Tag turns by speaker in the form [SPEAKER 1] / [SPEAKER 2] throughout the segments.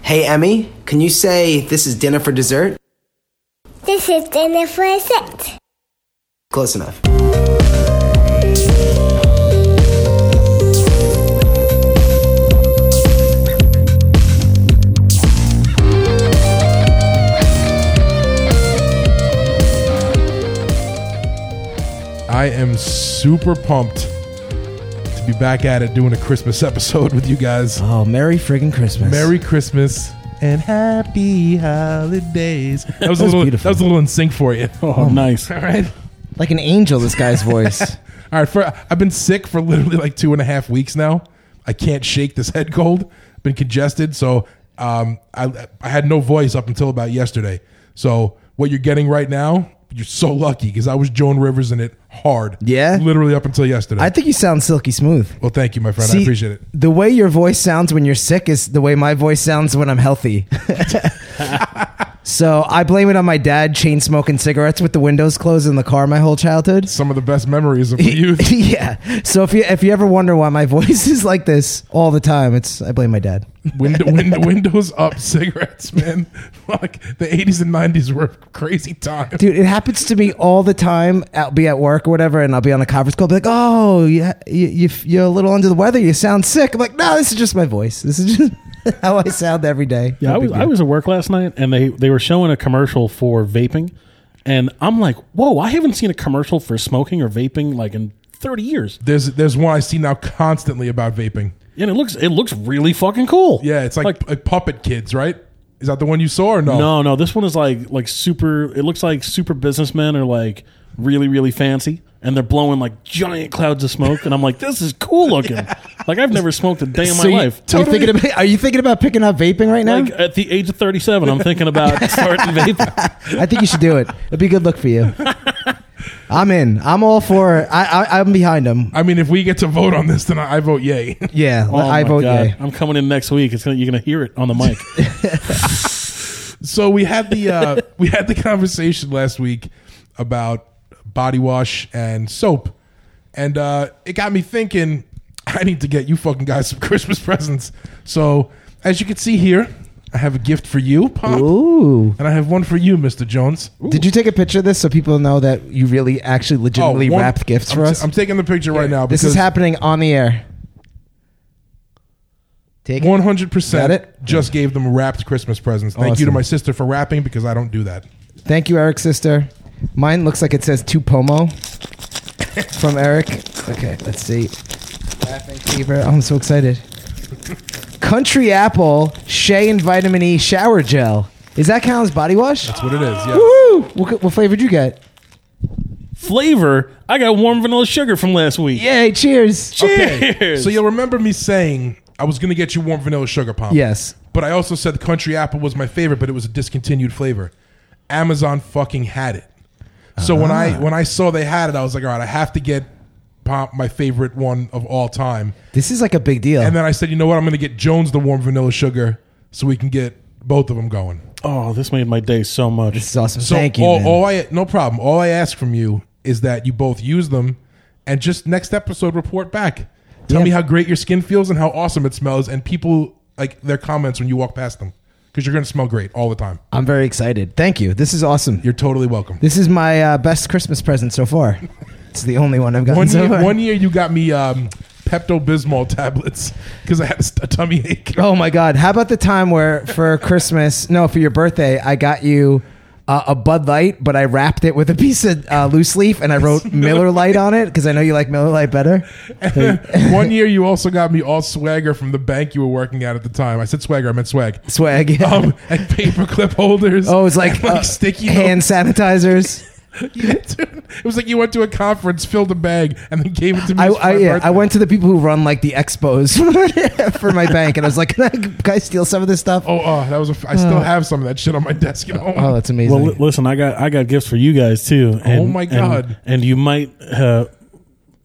[SPEAKER 1] Hey, Emmy, can you say this is dinner for dessert?
[SPEAKER 2] This is dinner for a set.
[SPEAKER 1] Close enough.
[SPEAKER 3] I am super pumped to be back at it doing a Christmas episode with you guys.
[SPEAKER 4] Oh, Merry friggin' Christmas.
[SPEAKER 3] Merry Christmas and happy holidays. That was,
[SPEAKER 4] That was
[SPEAKER 3] a little
[SPEAKER 4] beautiful.
[SPEAKER 3] that was a little in sync for you. All
[SPEAKER 5] Oh, nice.
[SPEAKER 3] right.
[SPEAKER 4] Like an angel, this guy's voice.
[SPEAKER 3] All right, for I've been sick for literally like two and a half weeks now. I can't shake this head cold. Been congested, so um, I I had no voice up until about yesterday. So what you're getting right now, you're so lucky because I was Joan Rivers in it hard.
[SPEAKER 4] Yeah?
[SPEAKER 3] literally up until yesterday.
[SPEAKER 4] I think you sound silky smooth.
[SPEAKER 3] well, thank you, my friend. I
[SPEAKER 4] See,
[SPEAKER 3] appreciate it.
[SPEAKER 4] The way your voice sounds when you're sick is the way my voice sounds when I'm healthy. so I blame it on my dad chain smoking cigarettes with the windows closed in the car my whole childhood.
[SPEAKER 3] Some of the best memories of the youth.
[SPEAKER 4] yeah. So if you if you ever wonder why my voice is like this all the time, it's I blame my dad.
[SPEAKER 3] Window, window, windows up, cigarettes, man. Like the 80s and 90s were a crazy time.
[SPEAKER 4] Dude, it happens to me all the time. I'll be at work or whatever, and I'll be on a conference call. Be like, "Oh, you, you, you- you're a little under the weather. You sound sick." I'm like, "No, this is just my voice. This is just how I sound every day."
[SPEAKER 5] Yeah, I was, I was at work last night and they, they were showing a commercial for vaping. And I'm like, whoa, I haven't seen a commercial for smoking or vaping like in 30 years.
[SPEAKER 3] There's there's one I see now constantly about vaping.
[SPEAKER 5] And it looks it looks really fucking cool.
[SPEAKER 3] Yeah, it's like, like, puppet kids, right? Is that the one you saw or no?
[SPEAKER 5] no, no, this one is like like super it looks like super businessmen are like really, really fancy and they're blowing like giant clouds of smoke and I'm like, this is cool looking. Like I've never smoked a day in my
[SPEAKER 4] So you-
[SPEAKER 5] life.
[SPEAKER 4] Are you thinking about, are you thinking about picking up vaping right now?
[SPEAKER 5] Like at the age of 37, I'm thinking about starting vaping.
[SPEAKER 4] I think you should do it. It'd be a good look for you. I'm in. I'm all for. I, I I'm behind him.
[SPEAKER 3] I mean, if we get to vote on this, then I, I vote yay.
[SPEAKER 4] Yeah,
[SPEAKER 5] Oh
[SPEAKER 4] I
[SPEAKER 5] my
[SPEAKER 4] vote
[SPEAKER 5] God.
[SPEAKER 4] yay.
[SPEAKER 5] I'm coming in next week. It's gonna, you're gonna hear it on the mic.
[SPEAKER 3] so we had the uh, we had the conversation last week about body wash and soap, and uh, it got me thinking. I need to get you fucking guys some Christmas presents. So as you can see here, I have a gift for you, Pop,
[SPEAKER 4] Ooh.
[SPEAKER 3] and I have one for you, Mister Jones.
[SPEAKER 4] Did you take a picture of this so people know that you really actually legitimately
[SPEAKER 3] Oh,
[SPEAKER 5] Oh,
[SPEAKER 3] one-
[SPEAKER 4] wrapped gifts
[SPEAKER 3] I'm
[SPEAKER 4] for
[SPEAKER 3] t-
[SPEAKER 4] us?
[SPEAKER 3] I'm taking the picture right now.
[SPEAKER 4] this is happening on the air. Take it.
[SPEAKER 3] One hundred percent.
[SPEAKER 4] Got it?
[SPEAKER 3] Just gave them wrapped Christmas presents. Thank you to
[SPEAKER 4] Awesome.
[SPEAKER 3] my sister for wrapping because I don't do that.
[SPEAKER 4] Thank you, Eric's sister. Mine looks like it says two pomo from Eric. Okay, let's see. Laughing fever. Oh, I'm so excited. Country apple, Shea and vitamin E shower gel. Is that Cal's body wash?
[SPEAKER 3] That's what it is. Yeah.
[SPEAKER 4] Woo! What, what flavor did you get?
[SPEAKER 5] Flavor. I got warm vanilla sugar from last week.
[SPEAKER 4] Yay! Cheers.
[SPEAKER 3] Okay.
[SPEAKER 5] Cheers.
[SPEAKER 3] So you'll remember me saying I was going to get you warm vanilla sugar pop.
[SPEAKER 4] Yes.
[SPEAKER 3] But I also said the country apple was my favorite, but it was a discontinued flavor. Amazon fucking had it. So when I when I saw they had it, I was like, all right, I have to get pop my favorite one of all time.
[SPEAKER 4] This is like a big deal.
[SPEAKER 3] And then I said, you know what? I'm going to get Jones the warm vanilla sugar so we can get both of them going.
[SPEAKER 5] Oh, this made my day so much.
[SPEAKER 4] this is awesome.
[SPEAKER 3] So
[SPEAKER 4] Thank you.
[SPEAKER 3] all,
[SPEAKER 4] man.
[SPEAKER 3] all I no problem. All I ask from you is that you both use them, and just next episode report back. Tell
[SPEAKER 4] Yeah.
[SPEAKER 3] me how great your skin feels and how awesome it smells, and people like their comments when you walk past them because you're gonna smell great all the time.
[SPEAKER 4] I'm very excited. Thank you. This is awesome.
[SPEAKER 3] You're totally welcome.
[SPEAKER 4] This is my uh, best Christmas present so far. It's the only one I've gotten
[SPEAKER 3] One
[SPEAKER 4] so
[SPEAKER 3] year,
[SPEAKER 4] far.
[SPEAKER 3] one year you got me um, Pepto Bismol tablets because I had a, st- a tummy ache.
[SPEAKER 4] Oh my God! How about the time where for Christmas, no, for your birthday, I got you uh, a Bud Light, but I wrapped it with a piece of uh, loose leaf and I wrote Miller Light on it because I know you like Miller Light better.
[SPEAKER 3] one year you also got me all swagger from the bank you were working at at the time. I said swagger, I meant swag.
[SPEAKER 4] Swag. Yeah.
[SPEAKER 3] Um, and paper clip holders.
[SPEAKER 4] oh, it's like,
[SPEAKER 3] and, like
[SPEAKER 4] uh,
[SPEAKER 3] sticky
[SPEAKER 4] hand sanitizers.
[SPEAKER 3] Yeah, dude. It was like you went to a conference, filled a bag, and then gave it to me.
[SPEAKER 4] I,
[SPEAKER 3] for my
[SPEAKER 4] I, yeah,
[SPEAKER 3] birthday.
[SPEAKER 4] I went to the people who run like the expos for my bank, and I was like, "Can I, can I steal some of this stuff?" Oh,
[SPEAKER 3] Oh, oh, that was. A, f- I still have some of that shit on my desk at home.
[SPEAKER 4] that's
[SPEAKER 5] Well,
[SPEAKER 4] amazing.
[SPEAKER 5] li- listen, I got I got gifts for you guys too. And,
[SPEAKER 3] my
[SPEAKER 5] and-
[SPEAKER 3] God.
[SPEAKER 5] And, you might uh,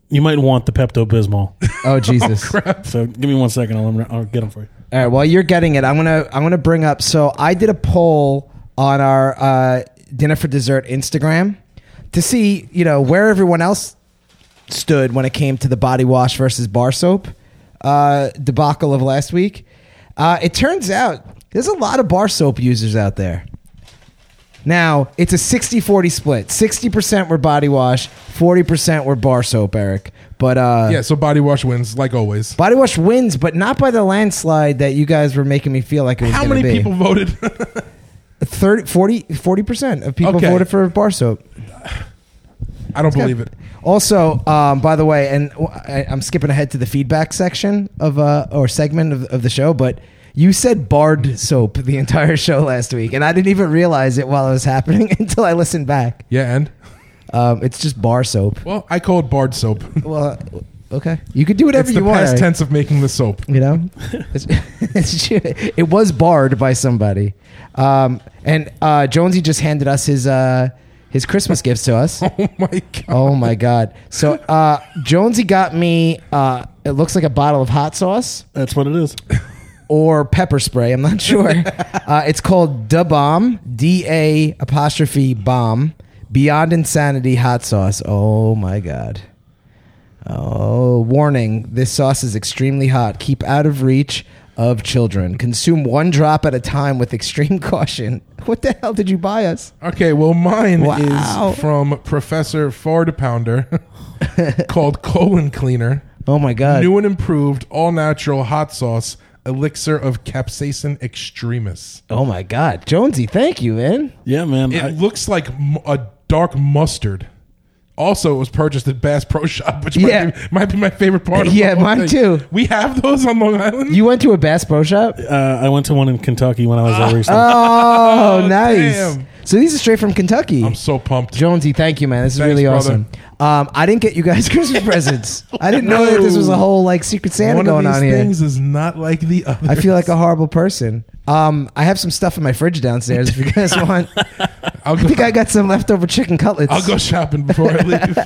[SPEAKER 5] you might want the Pepto Bismol.
[SPEAKER 4] oh Jesus!
[SPEAKER 5] so give me one second. I'll, I'll get them for you.
[SPEAKER 4] All right, while you're getting it, I'm gonna I'm gonna bring up. So I did a poll on our uh, dinner for dessert Instagram to see you know where everyone else stood when it came to the body wash versus bar soap uh, debacle of last week. Uh, it turns out There's a lot of bar soap users out there. Now, it's a 60 40 split. 60% were body wash, 40% were bar soap, Eric. But uh,
[SPEAKER 3] Yeah, so body wash wins like always.
[SPEAKER 4] body wash wins, but not by the landslide that you guys were making me feel like it was
[SPEAKER 3] How
[SPEAKER 4] gonna
[SPEAKER 3] many
[SPEAKER 4] be.
[SPEAKER 3] people voted?
[SPEAKER 4] 30, 40, 40% of people
[SPEAKER 3] Okay.
[SPEAKER 4] voted for bar soap.
[SPEAKER 3] I don't believe it.
[SPEAKER 4] Also, um, by the way, and w- I, am skipping ahead to the feedback section of uh, or segment of, of the show, but you said barred soap the entire show last week, and I didn't even realize it while it was happening until I listened back.
[SPEAKER 3] Yeah, and
[SPEAKER 4] Um, it's just bar soap.
[SPEAKER 3] well, I call it Bard soap.
[SPEAKER 4] Well, okay, you could do whatever
[SPEAKER 3] It's the
[SPEAKER 4] you want.
[SPEAKER 3] past
[SPEAKER 4] Eric.
[SPEAKER 3] tense of making the soap.
[SPEAKER 4] You know, It's- it's true. it was barred by somebody, um, and uh, Jonesy just handed us his uh, his Christmas gifts to us.
[SPEAKER 3] Oh my god!
[SPEAKER 4] Oh my god! So uh, Jonesy got me. Uh, it looks like a bottle of hot sauce
[SPEAKER 5] That's what it is.
[SPEAKER 4] or pepper spray. I'm not sure. uh, it's called Da Bomb. D A apostrophe bomb. Beyond insanity hot sauce. Oh my god. Oh, warning! This sauce is extremely hot. Keep out of reach of children. Consume one drop at a time with extreme caution. What the hell did you buy us?
[SPEAKER 3] Okay, well, mine
[SPEAKER 4] Wow.
[SPEAKER 3] is from Professor Ford Pounder, called Colon Cleaner,
[SPEAKER 4] Oh my god!
[SPEAKER 3] new and improved all natural hot sauce elixir of capsaicin extremis.
[SPEAKER 4] oh my god, Jonesy! Thank you, man.
[SPEAKER 5] Yeah, man.
[SPEAKER 3] It
[SPEAKER 5] I-
[SPEAKER 3] looks like m- a dark mustard. Also, it was purchased at Bass Pro Shop, which
[SPEAKER 4] Yeah.
[SPEAKER 3] might, be, might be my favorite part. Of
[SPEAKER 4] Yeah,
[SPEAKER 3] the whole
[SPEAKER 4] mine
[SPEAKER 3] thing.
[SPEAKER 4] too.
[SPEAKER 3] We have those on Long Island.
[SPEAKER 4] You went to a Bass Pro Shop?
[SPEAKER 5] uh, I went to one in Kentucky when I was there recently.
[SPEAKER 4] Oh, nice.
[SPEAKER 3] damn.
[SPEAKER 4] So these are straight from Kentucky.
[SPEAKER 3] I'm so pumped.
[SPEAKER 4] Jonesy, thank you, man. This is
[SPEAKER 3] Thanks,
[SPEAKER 4] really
[SPEAKER 3] brother.
[SPEAKER 4] awesome. Um, I didn't get you guys Christmas presents. I didn't know that this was a whole like Secret Santa
[SPEAKER 3] One
[SPEAKER 4] going
[SPEAKER 3] of these
[SPEAKER 4] on here.
[SPEAKER 3] things is not like the other.
[SPEAKER 4] I feel like a horrible person. Um, I have some stuff in my fridge downstairs if you guys want.
[SPEAKER 3] I'll
[SPEAKER 4] I
[SPEAKER 3] go,
[SPEAKER 4] think I got some leftover chicken cutlets.
[SPEAKER 3] I'll go shopping before I leave.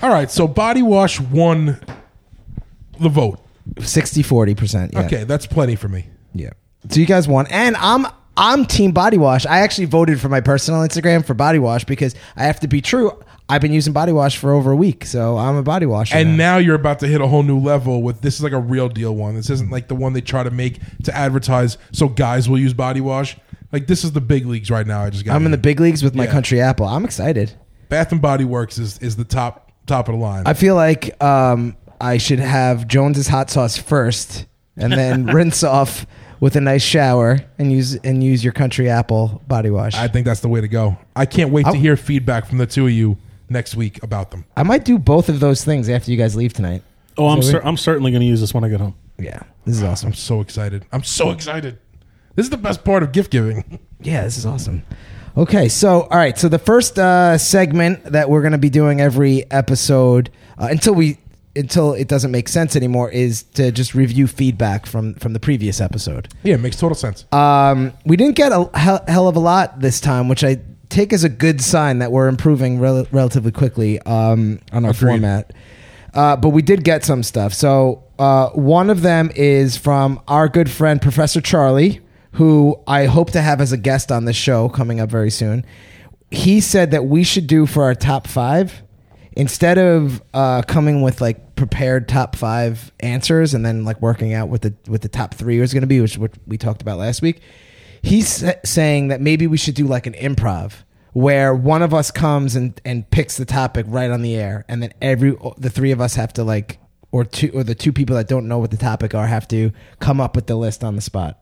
[SPEAKER 3] All right, so body wash won the vote.
[SPEAKER 4] 60 40%. Yeah.
[SPEAKER 3] Okay, that's plenty for me.
[SPEAKER 4] Yeah. So you guys won, and I'm I'm Team Body Wash. I actually voted for my personal Instagram for Body Wash because I have to be true. I've been using Body Wash for over a week, so I'm a Body Washer.
[SPEAKER 3] And
[SPEAKER 4] now.
[SPEAKER 3] now you're about to hit a whole new level with this is like a real deal one. This isn't like the one they try to make to advertise so guys will use body wash. Like this is the big leagues right now. I just got
[SPEAKER 4] I'm in the big leagues with my
[SPEAKER 3] Yeah.
[SPEAKER 4] Country Apple. I'm excited.
[SPEAKER 3] Bath and Body Works is is the top top of the line.
[SPEAKER 4] I feel like um, I should have Jones's hot sauce first, and then rinse off with a nice shower and use and use your Country Apple Body Wash.
[SPEAKER 3] I
[SPEAKER 4] I,
[SPEAKER 3] think that's the way to go. I can't wait to hear feedback from the two of you next week about them.
[SPEAKER 4] might do both of those things after you guys leave tonight.
[SPEAKER 5] oh, I'm cer- I'm certainly going to use this when I get home.
[SPEAKER 4] Yeah, this is awesome.
[SPEAKER 3] I'm so excited. I'm so excited. This is the best part of gift giving.
[SPEAKER 4] Yeah, this is awesome. Okay, so all right, so the first uh, segment that we're going to be doing every episode uh, until we until it doesn't make sense anymore is to just review feedback from from the previous episode.
[SPEAKER 3] Yeah, it makes total sense.
[SPEAKER 4] Um, we didn't get a hell, hell of a lot this time, which I take as a good sign that we're improving rel- relatively quickly um, on our
[SPEAKER 3] Agreed.
[SPEAKER 4] format. Uh, but we did get some stuff. So uh, one of them is from our good friend Professor Charlie, who I hope to have as a guest on this show coming up very soon. He said that we should do for our top five instead of uh, coming with like prepared top five answers and then like working out what the what the top three is going to be, which what we talked about last week. He's sa- saying that maybe we should do like an improv where one of us comes and and picks the topic right on the air, and then every the three of us have to like or two or the two people that don't know what the topic are have to come up with the list on the spot.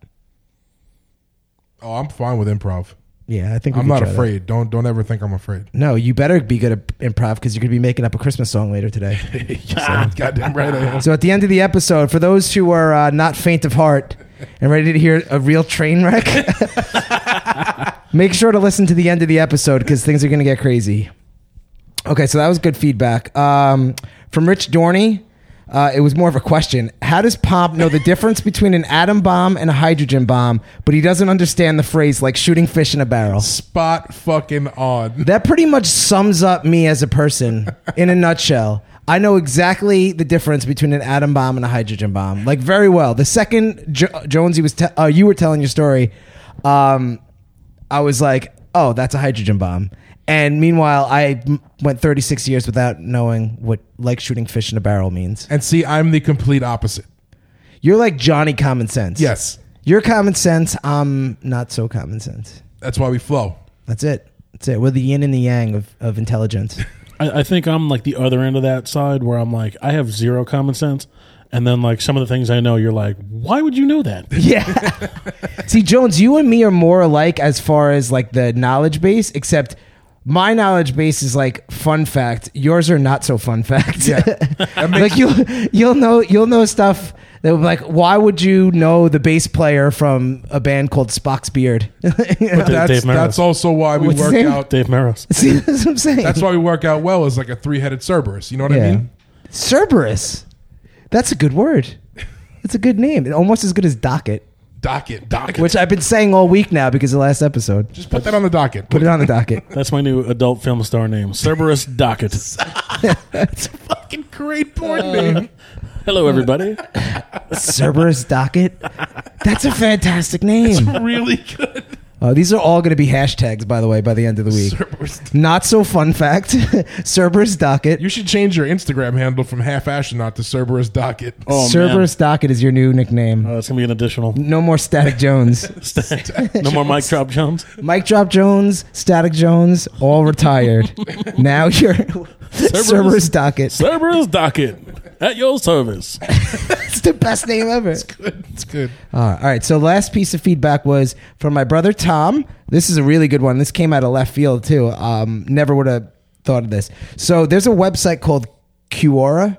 [SPEAKER 3] Oh, I'm fine with improv.
[SPEAKER 4] Yeah, I think we
[SPEAKER 3] I'm
[SPEAKER 4] could
[SPEAKER 3] not
[SPEAKER 4] try that.
[SPEAKER 3] afraid. Don't don't ever think I'm afraid.
[SPEAKER 4] No, you better be good at improv because you're gonna be making up a Christmas song later today.
[SPEAKER 3] Goddamn right I am.
[SPEAKER 4] So at the end of the episode, for those who are uh, not faint of heart and ready to hear a real train wreck, make sure to listen to the end of the episode because things are going to get crazy. Okay, so that was good feedback um, from Rich Dorney. Uh, it was more of a question. How does Pomp know the difference between an atom bomb and a hydrogen bomb, but he doesn't understand the phrase like shooting fish in a barrel?
[SPEAKER 3] Spot fucking on.
[SPEAKER 4] That pretty much sums up me as a person in a nutshell. I know exactly the difference between an atom bomb and a hydrogen bomb, like very well. The second jo- Jonesy was, te- uh, you were telling your story, um, I was like, oh, that's a hydrogen bomb. And meanwhile, I m- went 36 years without knowing what like shooting fish in a barrel means.
[SPEAKER 3] And see, I'm the complete opposite.
[SPEAKER 4] You're like Johnny Common Sense.
[SPEAKER 3] Yes.
[SPEAKER 4] You're common sense. I'm not so common sense.
[SPEAKER 3] That's why we flow.
[SPEAKER 4] That's it. That's it. We're the yin and the yang of, of intelligence.
[SPEAKER 5] I, I think I'm like the other end of that side where I'm like, I have zero common sense. And then like some of the things I know, you're like, why would you know that?
[SPEAKER 4] Yeah. See, Jones, you and me are more alike as far as like the knowledge base, except my knowledge base is like fun fact. Yours are not so fun fact.
[SPEAKER 3] Yeah.
[SPEAKER 4] like you, will you'll know, you'll know stuff that will be like, why would you know the bass player from a band called Spock's Beard?
[SPEAKER 5] Dave
[SPEAKER 3] That's
[SPEAKER 5] Maris.
[SPEAKER 3] that's also why we
[SPEAKER 4] What's his
[SPEAKER 3] work
[SPEAKER 4] name?
[SPEAKER 3] out.
[SPEAKER 5] Dave Maros.
[SPEAKER 4] See, that's what I'm saying.
[SPEAKER 3] That's why we work out well as like a three headed Cerberus. You know what I mean?
[SPEAKER 4] Cerberus. That's a good word. That's a good name. Almost as good as docket,
[SPEAKER 3] Docket, docket.
[SPEAKER 4] which I've been saying all week now because of the last episode.
[SPEAKER 3] Just put that on the docket.
[SPEAKER 4] Put it on the docket.
[SPEAKER 5] That's my new adult film star name, Cerberus Docket.
[SPEAKER 3] Fucking great porn name.
[SPEAKER 5] Hello, everybody.
[SPEAKER 4] Cerberus Docket. That's a fantastic name.
[SPEAKER 3] Really good.
[SPEAKER 4] Uh, these are all going to be hashtags, by the way, by the end of the week.
[SPEAKER 3] Cerberus.
[SPEAKER 4] Not so fun fact. Cerberus Docket.
[SPEAKER 3] You should change your Instagram handle from half astronaut to Cerberus docket.
[SPEAKER 5] Oh,
[SPEAKER 4] Cerberus Docket is your new nickname.
[SPEAKER 5] man. Uh, it's gonna be an additional.
[SPEAKER 4] no more Static Jones.
[SPEAKER 5] no more Mike Drop Jones.
[SPEAKER 4] Mike Drop Jones, Static Jones, all retired. now you're Cerberus, Docket.
[SPEAKER 5] Cerberus Docket at your service.
[SPEAKER 4] It's the best name ever.
[SPEAKER 3] Good. It's good.
[SPEAKER 4] Uh, all right. So last piece of feedback was from my brother Tom. This is a really good one. This came out of left field too. Um, never would have thought of this. So there's a website called Quora,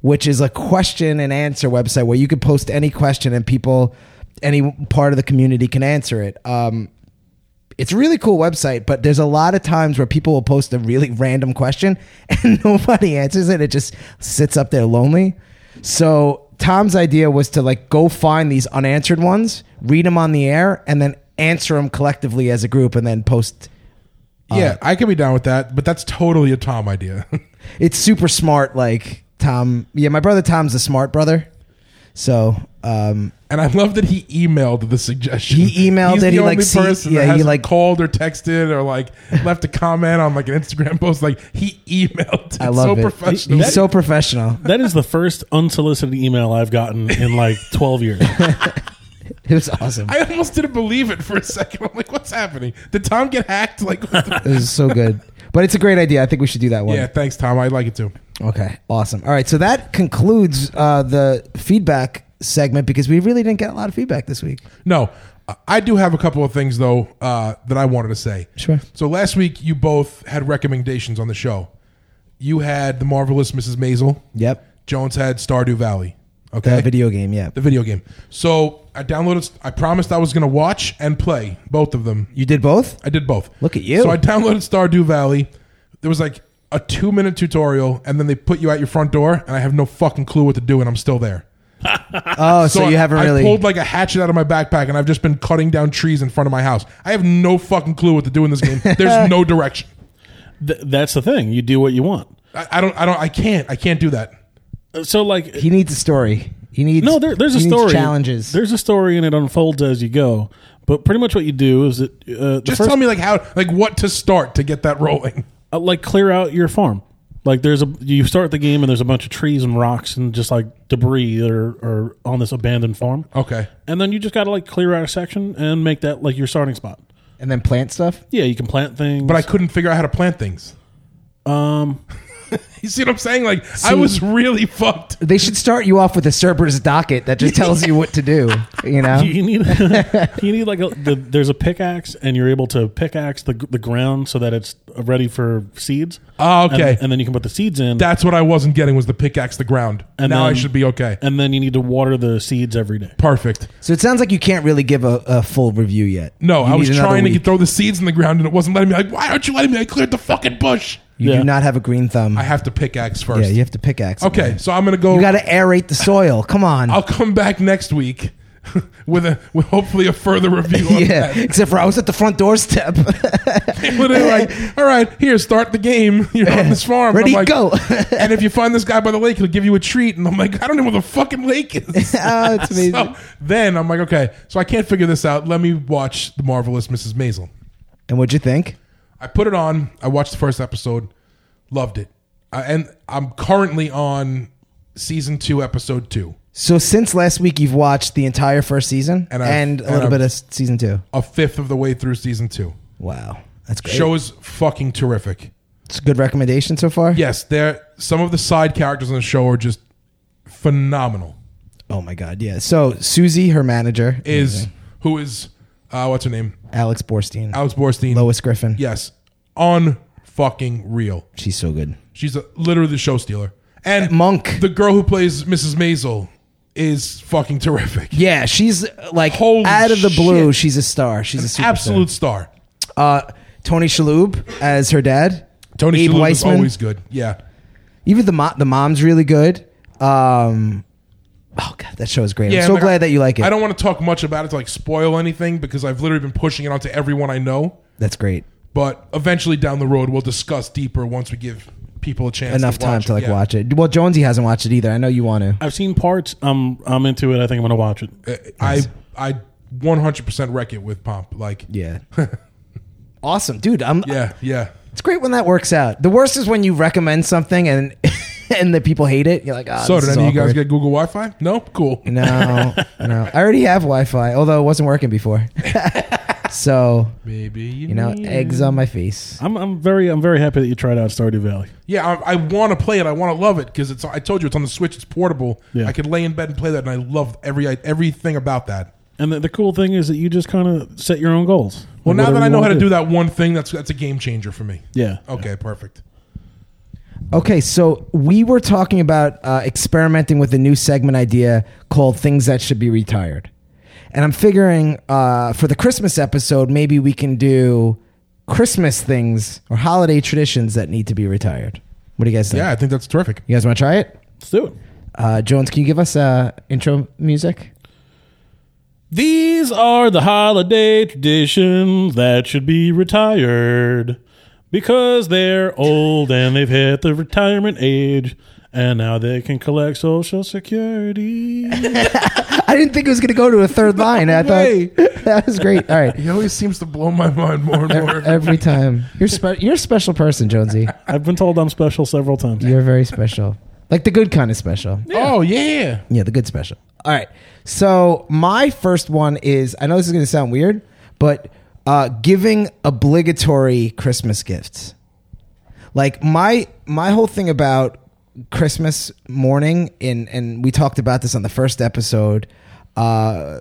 [SPEAKER 4] which is a question and answer website where you can post any question and people, any part of the community can answer it. Um, it's a really cool website, but there's a lot of times where people will post a really random question and nobody answers it. It just sits up there lonely. So Tom's idea was to like go find these unanswered ones, read them on the air, and then answer them collectively as a group, and then post. Uh,
[SPEAKER 3] Yeah, I could be down with that, but that's totally a Tom idea.
[SPEAKER 4] It's super smart, like Tom. Yeah, my brother Tom's a smart brother, so um,
[SPEAKER 3] and I love that he emailed the suggestion.
[SPEAKER 4] He emailed
[SPEAKER 3] He's
[SPEAKER 4] it,
[SPEAKER 3] The
[SPEAKER 4] he,
[SPEAKER 3] only
[SPEAKER 4] like, see-
[SPEAKER 3] person
[SPEAKER 4] yeah,
[SPEAKER 3] that
[SPEAKER 4] he,
[SPEAKER 3] hasn't
[SPEAKER 4] like-
[SPEAKER 3] called or texted or like left a comment on like an Instagram post. Like he emailed. It.
[SPEAKER 4] I
[SPEAKER 3] so
[SPEAKER 4] love it.
[SPEAKER 3] Professional.
[SPEAKER 4] He's so professional.
[SPEAKER 5] That is the first unsolicited email I've gotten in like 12 years.
[SPEAKER 4] It was awesome.
[SPEAKER 3] I almost didn't believe it for a second. I'm like, what's happening? Did Tom get hacked? Like, what the-
[SPEAKER 4] It was so good. But it's a great idea. I think we should do that one.
[SPEAKER 3] yeah. Thanks, Tom. I like it too.
[SPEAKER 4] Okay, awesome. All right, so that concludes uh, the feedback segment because we really didn't get a lot of feedback this week.
[SPEAKER 3] No, I- I do have a couple of things though uh, that I wanted to say.
[SPEAKER 4] Sure.
[SPEAKER 3] So last week you both had recommendations on the show. You had the marvelous Mrs. Maisel.
[SPEAKER 4] Yep,
[SPEAKER 3] Jones had Stardew Valley.
[SPEAKER 4] the
[SPEAKER 3] Okay.
[SPEAKER 4] video game. Yeah,
[SPEAKER 3] The video game. So I downloaded. I promised I was going to watch and play both of them.
[SPEAKER 4] you did both.
[SPEAKER 3] I did both.
[SPEAKER 4] Look at you.
[SPEAKER 3] So I downloaded Stardew Valley. There was like a two minute tutorial, and then they put you at your front door, and I have no fucking clue what to do, and I'm still there.
[SPEAKER 4] Oh, so, you
[SPEAKER 3] I-
[SPEAKER 4] haven't really.
[SPEAKER 3] I pulled like a hatchet out of my backpack, and I've just been cutting down trees in front of my house. I have no fucking clue what to do in this game. There's no direction.
[SPEAKER 5] Th- that's the thing. You do what you want. Uh,
[SPEAKER 3] I, I don't. I don't. I can't. I can't do that.
[SPEAKER 5] So like
[SPEAKER 4] he needs a story. He needs
[SPEAKER 5] no, there, there's a
[SPEAKER 4] he needs
[SPEAKER 5] story.
[SPEAKER 4] Challenges.
[SPEAKER 5] There's a story, and it unfolds as you go. But pretty much what you do is that uh, the
[SPEAKER 3] Just
[SPEAKER 5] first,
[SPEAKER 3] tell me like how, like what to start to get that rolling.
[SPEAKER 5] uh, like clear out your farm. Like there's a you start the game and there's a bunch of trees and rocks and just like debris that are, are on this abandoned farm.
[SPEAKER 3] Okay.
[SPEAKER 5] And then you just gotta like clear out a section and make that like your starting spot.
[SPEAKER 4] and then plant stuff.
[SPEAKER 5] Yeah, you can plant things.
[SPEAKER 3] But I couldn't figure out how to plant things.
[SPEAKER 5] um
[SPEAKER 3] You see what I'm saying? Like I was really fucked.
[SPEAKER 4] They should start you off with a Cerberus docket that just tells you what to do. You know,
[SPEAKER 5] you need you need like a the, there's a pickaxe and you're able to pickaxe the the ground so that it's ready for seeds.
[SPEAKER 3] Oh, okay.
[SPEAKER 5] And, and then you can put the seeds in.
[SPEAKER 3] That's what I wasn't getting was the pickaxe the ground.
[SPEAKER 5] And
[SPEAKER 3] now I
[SPEAKER 5] then-
[SPEAKER 3] should be okay.
[SPEAKER 5] and then you need to water the seeds every day.
[SPEAKER 3] Perfect.
[SPEAKER 4] so it sounds like you can't really give a, a full review yet.
[SPEAKER 3] No,
[SPEAKER 4] You
[SPEAKER 3] I was
[SPEAKER 4] need another
[SPEAKER 3] trying to
[SPEAKER 4] week.
[SPEAKER 3] get, throw the seeds in the ground and it wasn't letting me. Like, why aren't you letting me? I cleared the fucking bush.
[SPEAKER 4] You
[SPEAKER 5] Yeah.
[SPEAKER 4] do not have a green thumb.
[SPEAKER 3] I have to pickaxe first.
[SPEAKER 4] yeah, you have to pickaxe. it,
[SPEAKER 3] okay,
[SPEAKER 4] man.
[SPEAKER 3] so I'm gonna go.
[SPEAKER 4] you got to aerate the soil. Come on.
[SPEAKER 3] I'll come back next week with a with hopefully a further review. On
[SPEAKER 4] yeah,
[SPEAKER 3] that.
[SPEAKER 4] except for I was at the front doorstep.
[SPEAKER 3] Literally like, all right, here, start the game. You're on this farm.
[SPEAKER 4] Ready,
[SPEAKER 3] I'm like,
[SPEAKER 4] go.
[SPEAKER 3] and if you find this guy by the lake, he'll give you a treat. And I'm like, I don't know where the fucking lake is.
[SPEAKER 4] oh, it's amazing.
[SPEAKER 3] So then I'm like, okay, so I can't figure this out. Let me watch The Marvelous Mrs. Maisel.
[SPEAKER 4] and what'd you think?
[SPEAKER 3] I put it on. I watched the first episode, loved it, I, and I'm currently on season two, episode two.
[SPEAKER 4] So since last week, you've watched the entire first season
[SPEAKER 3] And
[SPEAKER 4] and,
[SPEAKER 3] I've-
[SPEAKER 4] a
[SPEAKER 3] and
[SPEAKER 4] little
[SPEAKER 3] I've-
[SPEAKER 4] bit of season two.
[SPEAKER 3] A fifth of the way through season two.
[SPEAKER 4] Wow, that's great.
[SPEAKER 3] Show is fucking terrific.
[SPEAKER 4] it's a good recommendation so far.
[SPEAKER 3] Yes, there. Some of the side characters on the show are just phenomenal.
[SPEAKER 4] Oh my god, yeah. So Susie, her manager,
[SPEAKER 3] Is who is uh, what's her name?
[SPEAKER 4] Alex Borstein,
[SPEAKER 3] Alex Borstein.
[SPEAKER 4] Lois Griffin.
[SPEAKER 3] Yes, on fucking real.
[SPEAKER 4] she's so good.
[SPEAKER 3] She's a, literally the show stealer. And
[SPEAKER 4] Monk.
[SPEAKER 3] the girl who plays Mrs. Maisel, is fucking terrific.
[SPEAKER 4] Yeah, she's uh, like
[SPEAKER 3] Holy
[SPEAKER 4] out of the blue.
[SPEAKER 3] shit.
[SPEAKER 4] She's a star. She's a superstar.
[SPEAKER 3] Absolute star.
[SPEAKER 4] Uh, Tony Shalhoub as her dad.
[SPEAKER 3] Tony
[SPEAKER 4] Abe
[SPEAKER 3] Abe Shalhoub is
[SPEAKER 4] Weisman.
[SPEAKER 3] always good. Yeah,
[SPEAKER 4] Even the mo- the mom's really good. Um, oh god, that show is great.
[SPEAKER 3] yeah.
[SPEAKER 4] I'm so
[SPEAKER 3] like,
[SPEAKER 4] glad
[SPEAKER 3] I-
[SPEAKER 4] that you like it.
[SPEAKER 3] I don't want to talk much about it to like spoil anything because I've literally been pushing it onto everyone I know.
[SPEAKER 4] That's great.
[SPEAKER 3] But eventually down the road, we'll discuss deeper once we give people a chance.
[SPEAKER 4] Enough
[SPEAKER 3] to
[SPEAKER 4] time
[SPEAKER 3] watch
[SPEAKER 4] to like
[SPEAKER 3] it. Yeah.
[SPEAKER 4] watch it. Well, Jonesy hasn't watched it either. I know you want to.
[SPEAKER 5] I've seen parts. I'm I'm into it. I think I'm gonna watch it.
[SPEAKER 3] I I 100 percent wreck it with pomp. Like
[SPEAKER 4] Yeah. awesome, dude. I'm.
[SPEAKER 3] yeah, yeah.
[SPEAKER 4] It's great when that works out. The worst is when you recommend something and and the people hate it. You're like, ah,
[SPEAKER 3] So
[SPEAKER 4] this
[SPEAKER 3] did
[SPEAKER 4] is
[SPEAKER 3] any of you guys
[SPEAKER 4] awkward."
[SPEAKER 3] get Google Wi-Fi? No, cool.
[SPEAKER 4] No, no. I already have Wi-Fi, although it wasn't working before. so
[SPEAKER 3] Maybe you,
[SPEAKER 4] you know,
[SPEAKER 3] need-
[SPEAKER 4] eggs on my face.
[SPEAKER 5] I'm I'm very I'm very happy that you tried out Stardew Valley.
[SPEAKER 3] Yeah, I, I want to play it. I want to love it because it's. I told you it's on the Switch. It's portable.
[SPEAKER 5] Yeah.
[SPEAKER 3] I could lay in bed and play that, and I love every everything about that.
[SPEAKER 5] And the, the cool thing is that you just kind of set your own goals.
[SPEAKER 3] Well,
[SPEAKER 5] Like,
[SPEAKER 3] now
[SPEAKER 5] whatever
[SPEAKER 3] that I
[SPEAKER 5] you
[SPEAKER 3] know how
[SPEAKER 5] wanna
[SPEAKER 3] to do that one thing, that's that's a game changer for me.
[SPEAKER 5] Yeah.
[SPEAKER 3] Okay, perfect.
[SPEAKER 4] Okay, so we were talking about uh, experimenting with a new segment idea called "Things That Should Be Retired," and I'm figuring uh, for the Christmas episode, maybe we can do Christmas things or holiday traditions that need to be retired. What do you guys think?
[SPEAKER 3] Yeah, I think that's terrific.
[SPEAKER 4] You guys want to try it?
[SPEAKER 5] Let's do it.
[SPEAKER 4] Uh, Jones, can you give us uh, intro music?
[SPEAKER 5] These are the holiday traditions that should be retired because they're old and they've hit the retirement age and now they can collect social security.
[SPEAKER 4] I didn't think it was going to go to a third line. I
[SPEAKER 3] way.
[SPEAKER 4] thought that was great. All right, E-,
[SPEAKER 3] He always seems to blow my mind more and more.
[SPEAKER 4] every time you're spe- you're a special person, Jonesy.
[SPEAKER 5] I've been told I'm special several times.
[SPEAKER 4] You're very special, like the good kind of special.
[SPEAKER 3] Oh yeah,
[SPEAKER 4] Yeah, the good special. All right. So my first one is I know this is going to sound weird, but uh, giving obligatory Christmas gifts. Like my my whole thing about Christmas morning, and and we talked about this on the first episode, uh,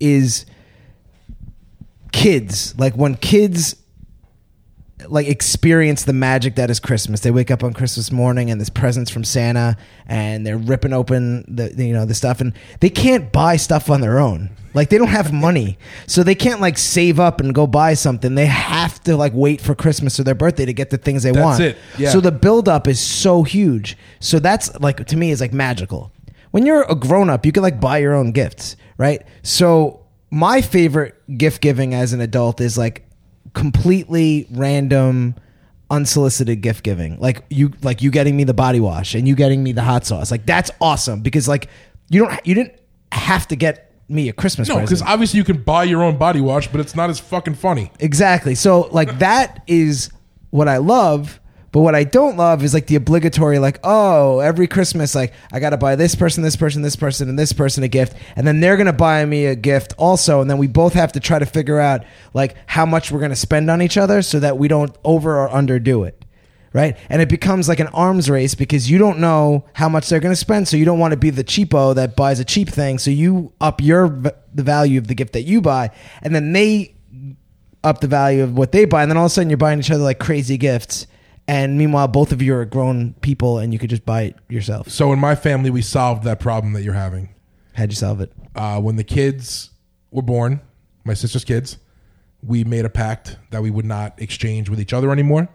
[SPEAKER 4] is kids. Like when kids like experience the magic that is Christmas. They wake up on Christmas morning and there's presents from Santa and they're ripping open the the, you know the stuff and they can't buy stuff on their own. Like they don't have money. So they can't like save up and go buy something. They have to like wait for Christmas or their birthday to get the things they
[SPEAKER 3] That's
[SPEAKER 4] want.
[SPEAKER 3] it. Yeah.
[SPEAKER 4] So the buildup is so huge. So that's like to me is like magical. When you're a grown up, you can like buy your own gifts, right? So my favorite gift giving as an adult is like completely random unsolicited gift giving. Like you like you getting me the body wash and you getting me the hot sauce. Like that's awesome because like you don't you didn't have to get me a Christmas
[SPEAKER 3] no, because
[SPEAKER 4] present.
[SPEAKER 3] obviously you can buy your own body wash, but it's not as fucking funny.
[SPEAKER 4] Exactly. So like that is what I love, but what I don't love is like the obligatory like oh every Christmas like I got to buy this person, this person, this person, and this person a gift, and then they're gonna buy me a gift also, and then we both have to try to figure out like how much we're gonna spend on each other so that we don't over or underdo it. Right. And it becomes like an arms race because you don't know how much they're going to spend. So you don't want to be the cheapo that buys a cheap thing. So you up your, v- the value of the gift that you buy. And then they up the value of what they buy, and then all of a sudden you're buying each other like crazy gifts. And meanwhile, both of you are grown people, and you could just buy it yourself.
[SPEAKER 3] So in my family, we solved that problem that you're having.
[SPEAKER 4] How'd you solve it?
[SPEAKER 3] uh, when the kids were born, my sister's kids, we made a pact that we would not exchange with each other anymore,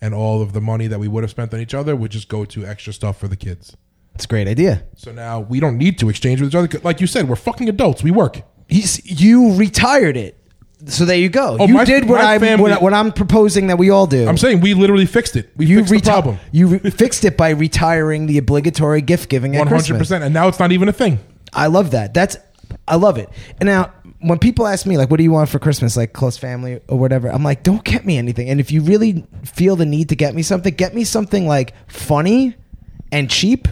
[SPEAKER 3] and all of the money that we would have spent on each other would just go to extra stuff for the kids.
[SPEAKER 4] It's a great idea.
[SPEAKER 3] So now we don't need to exchange with each other. Like you said, we're fucking adults. We work.
[SPEAKER 4] He's, you retired it, so there you go.
[SPEAKER 3] Oh,
[SPEAKER 4] you
[SPEAKER 3] my-
[SPEAKER 4] did what
[SPEAKER 3] my
[SPEAKER 4] I
[SPEAKER 3] family-
[SPEAKER 4] what, I- what I'm proposing that we all do.
[SPEAKER 3] I'm saying we literally fixed it. We
[SPEAKER 4] you
[SPEAKER 3] fixed
[SPEAKER 4] reti-
[SPEAKER 3] the problem.
[SPEAKER 4] You re- fixed it by retiring the obligatory gift giving. One hundred
[SPEAKER 3] 100%. And now it's not even a thing.
[SPEAKER 4] I love that. That's I love it. And now when people ask me like, "What do you want for Christmas?" Like close family or whatever, I'm like, "Don't get me anything." And if you really feel the need to get me something, get me something like funny and cheap,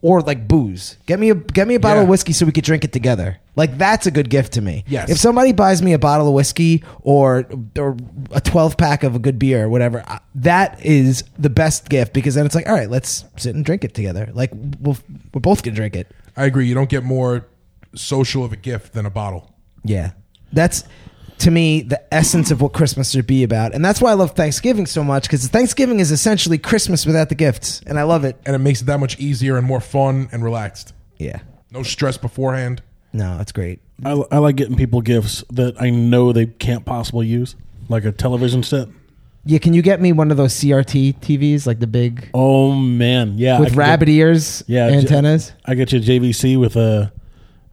[SPEAKER 4] or like booze. Get me a get me a bottle of
[SPEAKER 3] Yeah.
[SPEAKER 4] whiskey so we could drink it together. Like that's a good gift to me.
[SPEAKER 3] Yes.
[SPEAKER 4] If somebody buys me a bottle of whiskey or or a 12 pack of a good beer or whatever, I- that is the best gift because then it's like, all right, let's sit and drink it together. Like we'll, we're both gonna drink it.
[SPEAKER 3] I agree. You don't get more social of a gift than a bottle.
[SPEAKER 4] Yeah. That's to me the essence of what Christmas should be about. And that's why I love Thanksgiving so much because Thanksgiving is essentially Christmas without the gifts. And I love it.
[SPEAKER 3] And it makes it that much easier and more fun and relaxed.
[SPEAKER 4] Yeah.
[SPEAKER 3] No stress beforehand.
[SPEAKER 4] No, it's great.
[SPEAKER 5] I, I like getting people gifts that I know they can't possibly use, like a television set.
[SPEAKER 4] Yeah, can you get me one of those CRT TVs, like the big
[SPEAKER 5] Oh man, yeah, I
[SPEAKER 4] with
[SPEAKER 5] could-
[SPEAKER 4] rabbit ears
[SPEAKER 5] Yeah, j-
[SPEAKER 4] antennas?
[SPEAKER 5] I get you a JVC with a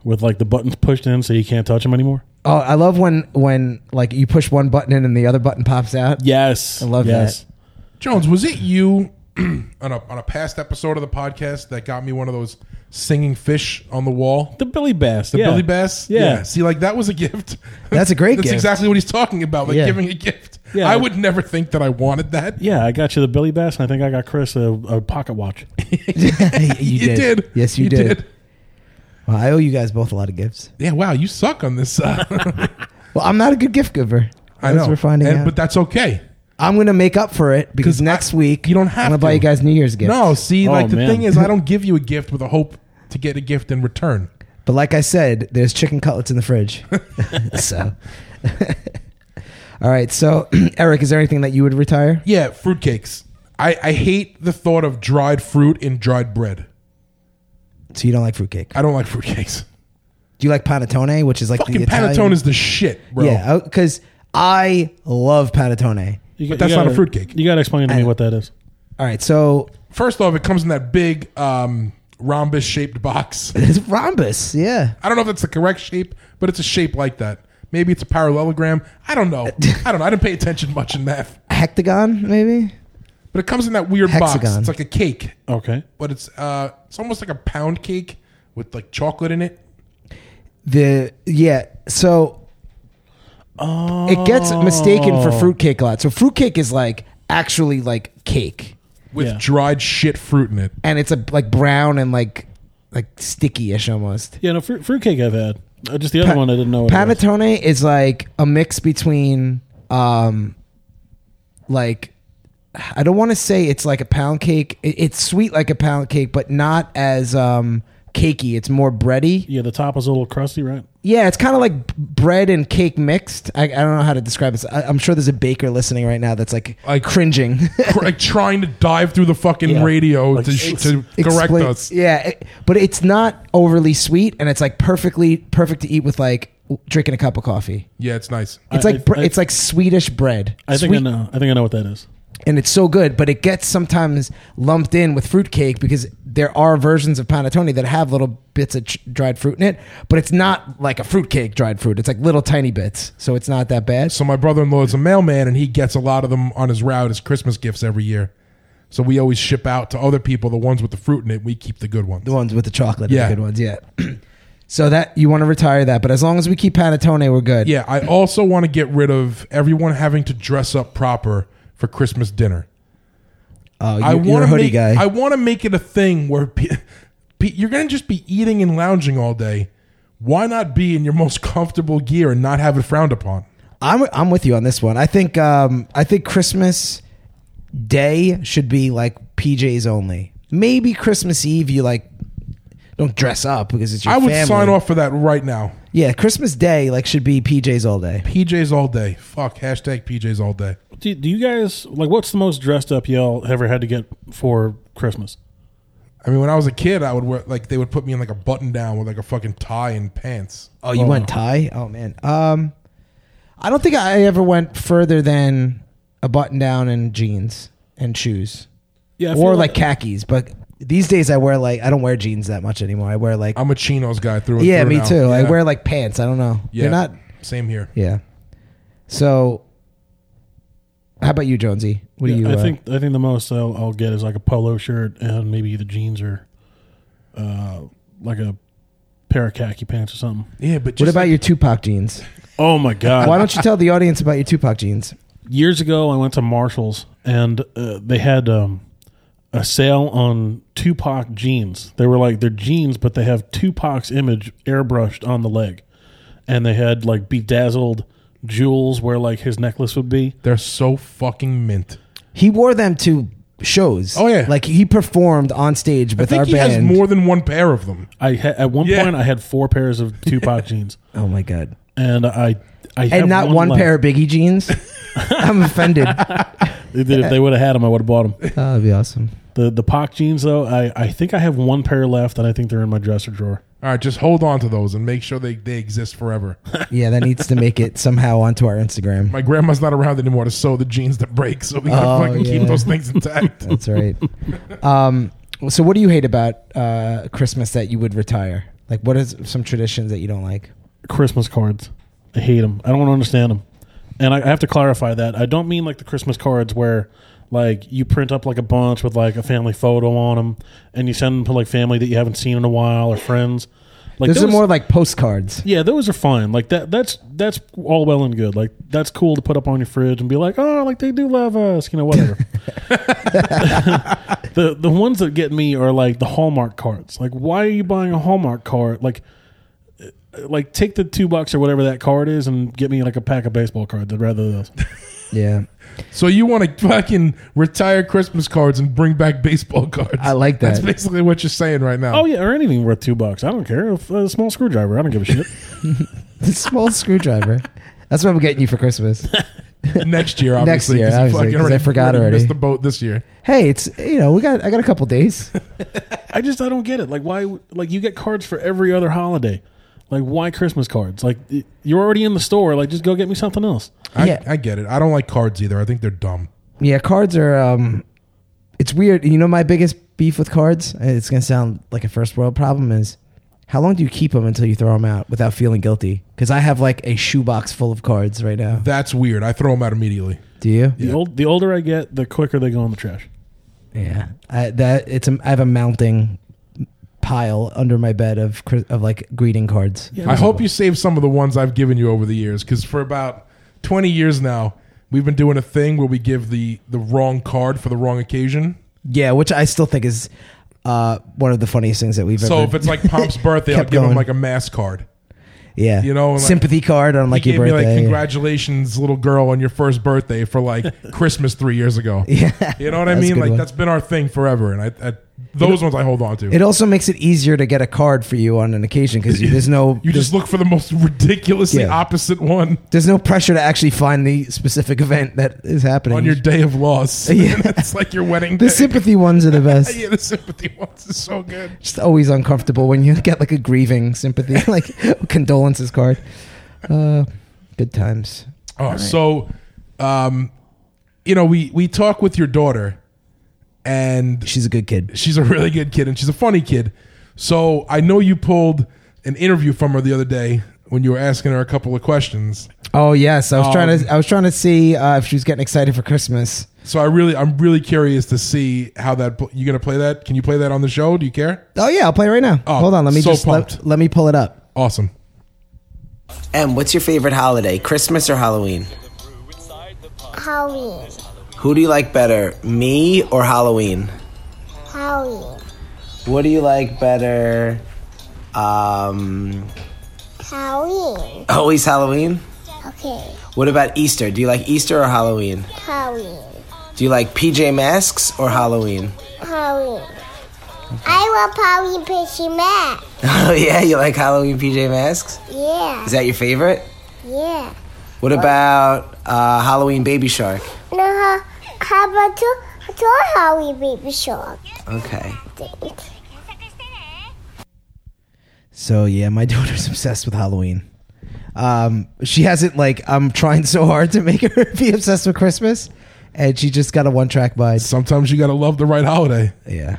[SPEAKER 5] with like the buttons pushed in so you can't touch them anymore.
[SPEAKER 4] Oh, I love when when like you push one button in and the other button pops out.
[SPEAKER 5] Yes, I
[SPEAKER 4] love
[SPEAKER 5] yes.
[SPEAKER 4] that.
[SPEAKER 3] Jones, was it you on a on a past episode of the podcast that got me one of those singing fish on the wall?
[SPEAKER 5] The Billy Bass,
[SPEAKER 3] The
[SPEAKER 5] yeah.
[SPEAKER 3] Billy Bass?
[SPEAKER 5] yeah.
[SPEAKER 3] See, like that was a gift.
[SPEAKER 4] That's a great
[SPEAKER 3] That's
[SPEAKER 4] gift.
[SPEAKER 3] exactly what he's talking about, like
[SPEAKER 4] Yeah.
[SPEAKER 3] giving a gift.
[SPEAKER 5] Yeah.
[SPEAKER 3] I would never think that I wanted that.
[SPEAKER 5] Yeah, I got you the Billy Bass, and I think I got Chris a, a pocket watch.
[SPEAKER 4] you
[SPEAKER 3] You did.
[SPEAKER 4] Yes, you, did. Well, I owe you guys both a lot of gifts.
[SPEAKER 3] Yeah, wow, you suck on this side.
[SPEAKER 4] Well, I'm not a good gift giver.
[SPEAKER 3] I
[SPEAKER 4] As
[SPEAKER 3] know.
[SPEAKER 4] We're finding
[SPEAKER 3] And-
[SPEAKER 4] out.
[SPEAKER 3] But that's okay.
[SPEAKER 4] I'm gonna make up for it because
[SPEAKER 3] 'Cause I-
[SPEAKER 4] next week
[SPEAKER 3] you don't have
[SPEAKER 4] I'm gonna buy
[SPEAKER 3] to.
[SPEAKER 4] you guys New Year's gifts.
[SPEAKER 3] No, see,
[SPEAKER 5] Oh,
[SPEAKER 3] like the
[SPEAKER 5] man.
[SPEAKER 3] thing is, I don't give you a gift with a hope to get a gift in return.
[SPEAKER 4] But like I said, there's chicken cutlets in the fridge. so, all right. So, Eric, is there anything that you would retire?
[SPEAKER 3] Yeah, fruitcakes. I, I hate the thought of dried fruit in dried bread.
[SPEAKER 4] So you don't like fruitcake?
[SPEAKER 3] I don't like fruitcakes.
[SPEAKER 4] Do you like panettone, which is like
[SPEAKER 3] Fucking
[SPEAKER 4] the Italian?
[SPEAKER 3] panettone is the shit, bro.
[SPEAKER 4] yeah, because I love panettone.
[SPEAKER 5] You,
[SPEAKER 3] But that's not a fruitcake.
[SPEAKER 5] You got to explain to me
[SPEAKER 4] I-
[SPEAKER 5] what that is.
[SPEAKER 4] All right, so
[SPEAKER 3] First off, it comes in that big um, rhombus shaped box.
[SPEAKER 4] it's rhombus, yeah.
[SPEAKER 3] I don't know if that's the correct shape, but it's a shape like that. Maybe it's a parallelogram. I don't know. I don't know. I didn't pay attention much in math.
[SPEAKER 4] Hectagon, maybe.
[SPEAKER 3] But it comes in that weird box.
[SPEAKER 4] Hexagon.
[SPEAKER 3] It's like a cake,
[SPEAKER 5] Okay,
[SPEAKER 3] but it's uh, it's almost like a pound cake with like chocolate in it.
[SPEAKER 4] The yeah, so it gets mistaken
[SPEAKER 3] Oh.
[SPEAKER 4] for fruitcake a lot. So fruitcake is like actually like cake,
[SPEAKER 3] with
[SPEAKER 5] Yeah.
[SPEAKER 3] dried shit fruit in it.
[SPEAKER 4] and it's a like brown and like like sticky-ish almost.
[SPEAKER 5] yeah, no fruit fruitcake I've had. Uh, just the other one I didn't know. What it was.
[SPEAKER 4] Panettone is like a mix between, um, like I don't want to say it's like a pound cake. It, it's sweet like a pound cake, but not as um cakey. It's more bready.
[SPEAKER 5] Yeah, the top is a little crusty, right?
[SPEAKER 4] Yeah, it's kind of like b- bread and cake mixed. I, I don't know how to describe this. I, I'm sure there's a baker listening right now that's like,
[SPEAKER 3] Like-
[SPEAKER 4] cringing.
[SPEAKER 3] Cr- like trying to dive through the fucking
[SPEAKER 5] Yeah.
[SPEAKER 3] radio
[SPEAKER 5] Like,
[SPEAKER 3] to, sh-
[SPEAKER 5] ex-
[SPEAKER 3] to correct
[SPEAKER 4] Explain-
[SPEAKER 3] us.
[SPEAKER 4] Yeah, it- but it's not overly sweet, and it's like perfectly perfect to eat with like w- drinking a cup of coffee.
[SPEAKER 3] Yeah, it's nice.
[SPEAKER 4] It's
[SPEAKER 5] I-
[SPEAKER 4] like br
[SPEAKER 5] I-
[SPEAKER 4] it's like Swedish bread.
[SPEAKER 5] I think
[SPEAKER 4] Sweet-
[SPEAKER 5] I know. I think I know what that is.
[SPEAKER 4] and it's so good, but it gets sometimes lumped in with fruitcake because there are versions of panettone that have little bits of ch- dried fruit in it, but it's not like a fruitcake dried fruit. It's like little tiny bits, so it's not that bad.
[SPEAKER 3] So my brother-in-law is a mailman, and he gets a lot of them on his route as Christmas gifts every year. So we always ship out to other people the ones with the fruit in it. We keep the good ones.
[SPEAKER 4] The ones with the chocolate,
[SPEAKER 3] Yeah.
[SPEAKER 4] yeah, the good ones, yeah. so that you want to retire that, but as long as we keep panettone, we're good.
[SPEAKER 3] Yeah, I also want to get rid of everyone having to dress up proper for Christmas dinner.
[SPEAKER 4] Oh, you,
[SPEAKER 3] I
[SPEAKER 4] you're
[SPEAKER 3] want to
[SPEAKER 4] a hoodie
[SPEAKER 3] make,
[SPEAKER 4] guy.
[SPEAKER 3] I want to make it a thing where pe- pe- you're going to just be eating and lounging all day. Why not be in your most comfortable gear and not have it frowned upon?
[SPEAKER 4] I'm I'm with you on this one. I think um I think Christmas day should be like PJs only. Maybe Christmas Eve you like don't dress up because it's your
[SPEAKER 3] I would
[SPEAKER 4] family.
[SPEAKER 3] sign off for that right now.
[SPEAKER 4] Yeah, Christmas day like should be PJs all day.
[SPEAKER 3] PJs all day. Fuck. Hashtag PJs all day.
[SPEAKER 5] Do, do you guys like what's the most dressed up y'all ever had to get for Christmas?
[SPEAKER 3] I mean, when I was a kid, I would wear like they would put me in like a button down with like a fucking tie and pants.
[SPEAKER 4] Oh, you went tie? Oh man. Um I don't think I ever went further than a button down and jeans and shoes.
[SPEAKER 5] Yeah, I feel
[SPEAKER 4] or like khakis, but these days I wear like I don't wear jeans that much anymore. I wear like
[SPEAKER 3] I'm a chinos guy through. And
[SPEAKER 4] Yeah,
[SPEAKER 3] through
[SPEAKER 4] me
[SPEAKER 3] now.
[SPEAKER 4] too. I
[SPEAKER 3] Yeah.
[SPEAKER 4] wear like pants. I don't know.
[SPEAKER 3] Yeah.
[SPEAKER 4] They're not
[SPEAKER 3] Same here.
[SPEAKER 4] Yeah. So, how about you, Jonesy? What do you?
[SPEAKER 5] I
[SPEAKER 4] uh,
[SPEAKER 5] think I think the most I'll, I'll get is like a polo shirt and maybe the jeans or uh, like a pair of khaki pants or something.
[SPEAKER 3] Yeah, but just
[SPEAKER 4] What about
[SPEAKER 3] like,
[SPEAKER 4] your Tupac jeans?
[SPEAKER 5] Oh my god!
[SPEAKER 4] Why don't you tell the audience about your Tupac jeans?
[SPEAKER 5] Years ago, I went to Marshalls and uh, they had um, a sale on Tupac jeans. They were like they're jeans, but they have Tupac's image airbrushed on the leg, and they had like bedazzled jewels where like his necklace would be.
[SPEAKER 3] They're so fucking mint.
[SPEAKER 4] He wore them to shows.
[SPEAKER 3] Oh, yeah.
[SPEAKER 4] like he performed on stage
[SPEAKER 3] I
[SPEAKER 4] with
[SPEAKER 3] think
[SPEAKER 4] our
[SPEAKER 3] he
[SPEAKER 4] band.
[SPEAKER 3] has more than one pair of them.
[SPEAKER 5] I ha- at one
[SPEAKER 3] Yeah.
[SPEAKER 5] point I had four pairs of Tupac jeans,
[SPEAKER 4] oh my god!
[SPEAKER 5] and I I have
[SPEAKER 4] And not one,
[SPEAKER 5] left.
[SPEAKER 4] pair of Biggie jeans. I'm offended. Oh,
[SPEAKER 5] If they- if they would have had them, I would have bought them.
[SPEAKER 4] that'd be awesome.
[SPEAKER 5] The the Pac jeans though, I I think I have one pair left, and I think they're in my dresser drawer.
[SPEAKER 3] All right, just hold on to those and make sure they, they exist forever.
[SPEAKER 4] Yeah, that needs to make it somehow onto our Instagram.
[SPEAKER 3] My grandma's not around anymore to sew the jeans that break, so we gotta
[SPEAKER 4] Oh,
[SPEAKER 3] fucking keep
[SPEAKER 4] yeah.
[SPEAKER 3] those things intact.
[SPEAKER 4] That's right. um, so, what do you hate about uh, Christmas that you would retire? Like, what is some traditions that you don't like?
[SPEAKER 5] Christmas cards. I hate them. I don't understand them. And I, I have to clarify that. I don't mean like the Christmas cards where like you print up like a bunch with like a family photo on them and you send them to like family that you haven't seen in a while or friends. Like
[SPEAKER 4] Those are
[SPEAKER 5] those-
[SPEAKER 4] more like postcards.
[SPEAKER 5] yeah, those are fine. Like that. That's that's all well and good. Like that's cool to put up on your fridge and be like, oh, like they do love us, you know, whatever. the the ones that get me are like the Hallmark cards. Like, why are you buying a Hallmark card? Like, uh, like take the two bucks or whatever that card is and get me like a pack of baseball cards. I'd rather those.
[SPEAKER 4] Yeah,
[SPEAKER 3] so you want to fucking retire Christmas cards and bring back baseball cards?
[SPEAKER 4] I like that.
[SPEAKER 3] That's basically what you're saying right now.
[SPEAKER 5] oh yeah, or anything worth two bucks. I don't care. If, a small screwdriver. I don't give a shit.
[SPEAKER 4] the small screwdriver. That's what I'm getting you for Christmas.
[SPEAKER 3] Next year, obviously.
[SPEAKER 4] year,
[SPEAKER 3] 'cause you
[SPEAKER 4] obviously,
[SPEAKER 3] fucking
[SPEAKER 4] 'cause I forgot already.
[SPEAKER 3] Missed the boat this year.
[SPEAKER 4] hey, it's you know we got I got a couple days.
[SPEAKER 5] I just I don't get it. Like why? Like you get cards for every other holiday. Like why Christmas cards? Like y- you're already in the store. Like just go get me something else.
[SPEAKER 3] I,
[SPEAKER 4] Yeah.
[SPEAKER 3] I get it. I don't like cards either. I think they're dumb.
[SPEAKER 4] Yeah, cards are. um It's weird. You know, my biggest beef with cards. and It's gonna sound like a first world problem. Is how long do you keep them until you throw them out without feeling guilty? Because I have like a shoebox full of cards right now.
[SPEAKER 3] That's weird. I throw them out immediately.
[SPEAKER 4] Do you?
[SPEAKER 5] The old the older I get, the quicker they go in the trash.
[SPEAKER 4] Yeah. I, that it's a, I have a mounting pile under my bed of cri- of like greeting cards.
[SPEAKER 3] I hope you save some of the ones I've given you over the years because for about 20 years now, we've been doing a thing where we give the, the wrong card for the wrong occasion.
[SPEAKER 4] Yeah, which I still think is uh, one of the funniest things that we've
[SPEAKER 3] So
[SPEAKER 4] ever.
[SPEAKER 3] if it's like Pomp's birthday, I'll
[SPEAKER 4] Kept
[SPEAKER 3] give him
[SPEAKER 4] going.
[SPEAKER 3] like a mass card.
[SPEAKER 4] yeah,
[SPEAKER 3] you know, like-
[SPEAKER 4] sympathy card on like
[SPEAKER 3] he gave
[SPEAKER 4] your
[SPEAKER 3] me
[SPEAKER 4] birthday.
[SPEAKER 3] like congratulations, little girl, on your first birthday for like Christmas three years ago.
[SPEAKER 4] Yeah.
[SPEAKER 3] You know what I
[SPEAKER 4] That's a
[SPEAKER 3] mean?
[SPEAKER 4] good
[SPEAKER 3] Like
[SPEAKER 4] one.
[SPEAKER 3] that's been our thing forever, and I, I those ones I hold on to.
[SPEAKER 4] It also makes it easier to get a card for you on an occasion because there's no
[SPEAKER 3] you just look for the most ridiculously
[SPEAKER 4] Yeah.
[SPEAKER 3] opposite one
[SPEAKER 4] there's no pressure to actually find the specific event that is happening
[SPEAKER 3] on your day of loss.
[SPEAKER 4] Yeah.
[SPEAKER 3] it's like your wedding.
[SPEAKER 4] the
[SPEAKER 3] day.
[SPEAKER 4] sympathy ones are the best.
[SPEAKER 3] yeah, the sympathy ones is so good.
[SPEAKER 4] Just always uncomfortable when you get like a grieving sympathy, like condolences card. Uh, good times.
[SPEAKER 3] Oh, so, um, you know, we we talk with your daughter, and
[SPEAKER 4] She's a good kid.
[SPEAKER 3] she's a really good kid and she's a funny kid. So I know you pulled an interview from her the other day when you were asking her a couple of questions.
[SPEAKER 4] Oh yes, I was trying
[SPEAKER 3] Um,
[SPEAKER 4] to I was trying to see uh, if she was getting excited for Christmas.
[SPEAKER 3] So I really, I'm really curious to see how that you gonna play that. Can you play that on the show? Do you care?
[SPEAKER 4] Oh yeah, I'll play right now.
[SPEAKER 3] Oh,
[SPEAKER 4] Hold on, let me
[SPEAKER 3] so
[SPEAKER 4] just
[SPEAKER 3] pumped.
[SPEAKER 4] let, let me pull it up.
[SPEAKER 3] Awesome.
[SPEAKER 1] Em, what's your favorite holiday, Christmas or Halloween?
[SPEAKER 2] Halloween.
[SPEAKER 1] Who do you like better, me or Halloween?
[SPEAKER 2] Halloween.
[SPEAKER 1] What do you like better? Um,
[SPEAKER 2] Halloween.
[SPEAKER 1] always Halloween?
[SPEAKER 2] Okay.
[SPEAKER 1] What about Easter? Do you like Easter or Halloween?
[SPEAKER 2] Halloween.
[SPEAKER 1] Do you like PJ Masks or Halloween?
[SPEAKER 2] Halloween. I love Halloween Pixie Matt.
[SPEAKER 1] Oh, yeah, you like Halloween PJ Masks?
[SPEAKER 2] Yeah.
[SPEAKER 1] Is that your favorite?
[SPEAKER 2] Yeah.
[SPEAKER 1] What about uh, Halloween Baby Shark?
[SPEAKER 2] Now, how, how about two, two Halloween baby shark?
[SPEAKER 1] Okay.
[SPEAKER 2] Think.
[SPEAKER 4] So yeah, my daughter's obsessed with Halloween. Um, she hasn't like I'm trying so hard to make her be obsessed with Christmas, and she just got a one track mind.
[SPEAKER 3] Sometimes you gotta love the right holiday.
[SPEAKER 4] Yeah.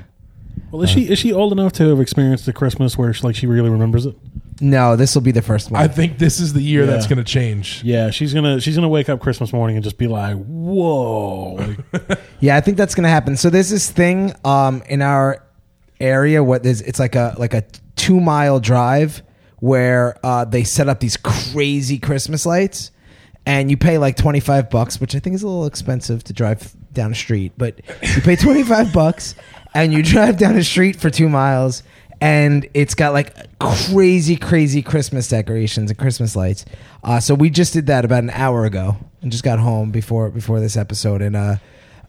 [SPEAKER 5] Well, is she is she old enough to have experienced the Christmas where she, like she really remembers it?
[SPEAKER 4] No, this will be the first one.
[SPEAKER 3] I think this is the year
[SPEAKER 5] Yeah.
[SPEAKER 3] that's gonna change.
[SPEAKER 5] Yeah, she's gonna she's gonna wake up Christmas morning and just be like, whoa. Like,
[SPEAKER 4] Yeah, I think that's gonna happen. So there's this thing um, in our area what there's it's like a like a two mile drive where uh, they set up these crazy Christmas lights, and you pay like twenty five bucks, which I think is a little expensive to drive down a street, but you pay 25 bucks and you drive down a street for two miles and it's got like crazy, crazy Christmas decorations and Christmas lights. Uh, so we just did that about an hour ago and just got home before, before this episode. And, uh,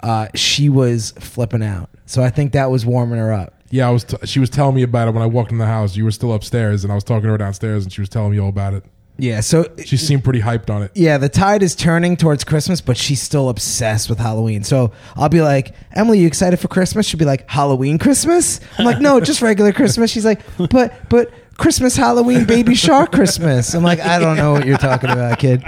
[SPEAKER 4] uh, she was flipping out. So I think that was warming her up.
[SPEAKER 3] Yeah, I was. T- she was telling me about it when I walked in the house. You were still upstairs, and I was talking to her downstairs, and she was telling me all about it.
[SPEAKER 4] Yeah. So
[SPEAKER 3] She seemed pretty hyped on it.
[SPEAKER 4] yeah, the tide is turning towards Christmas, but she's still obsessed with Halloween. So I'll be like, Emily, you excited for Christmas? She'll be like, Halloween Christmas? I'm like, no, just regular Christmas. She's like, but, but Christmas, Halloween, baby shark Christmas. I'm like, I don't know what you're talking about, kid.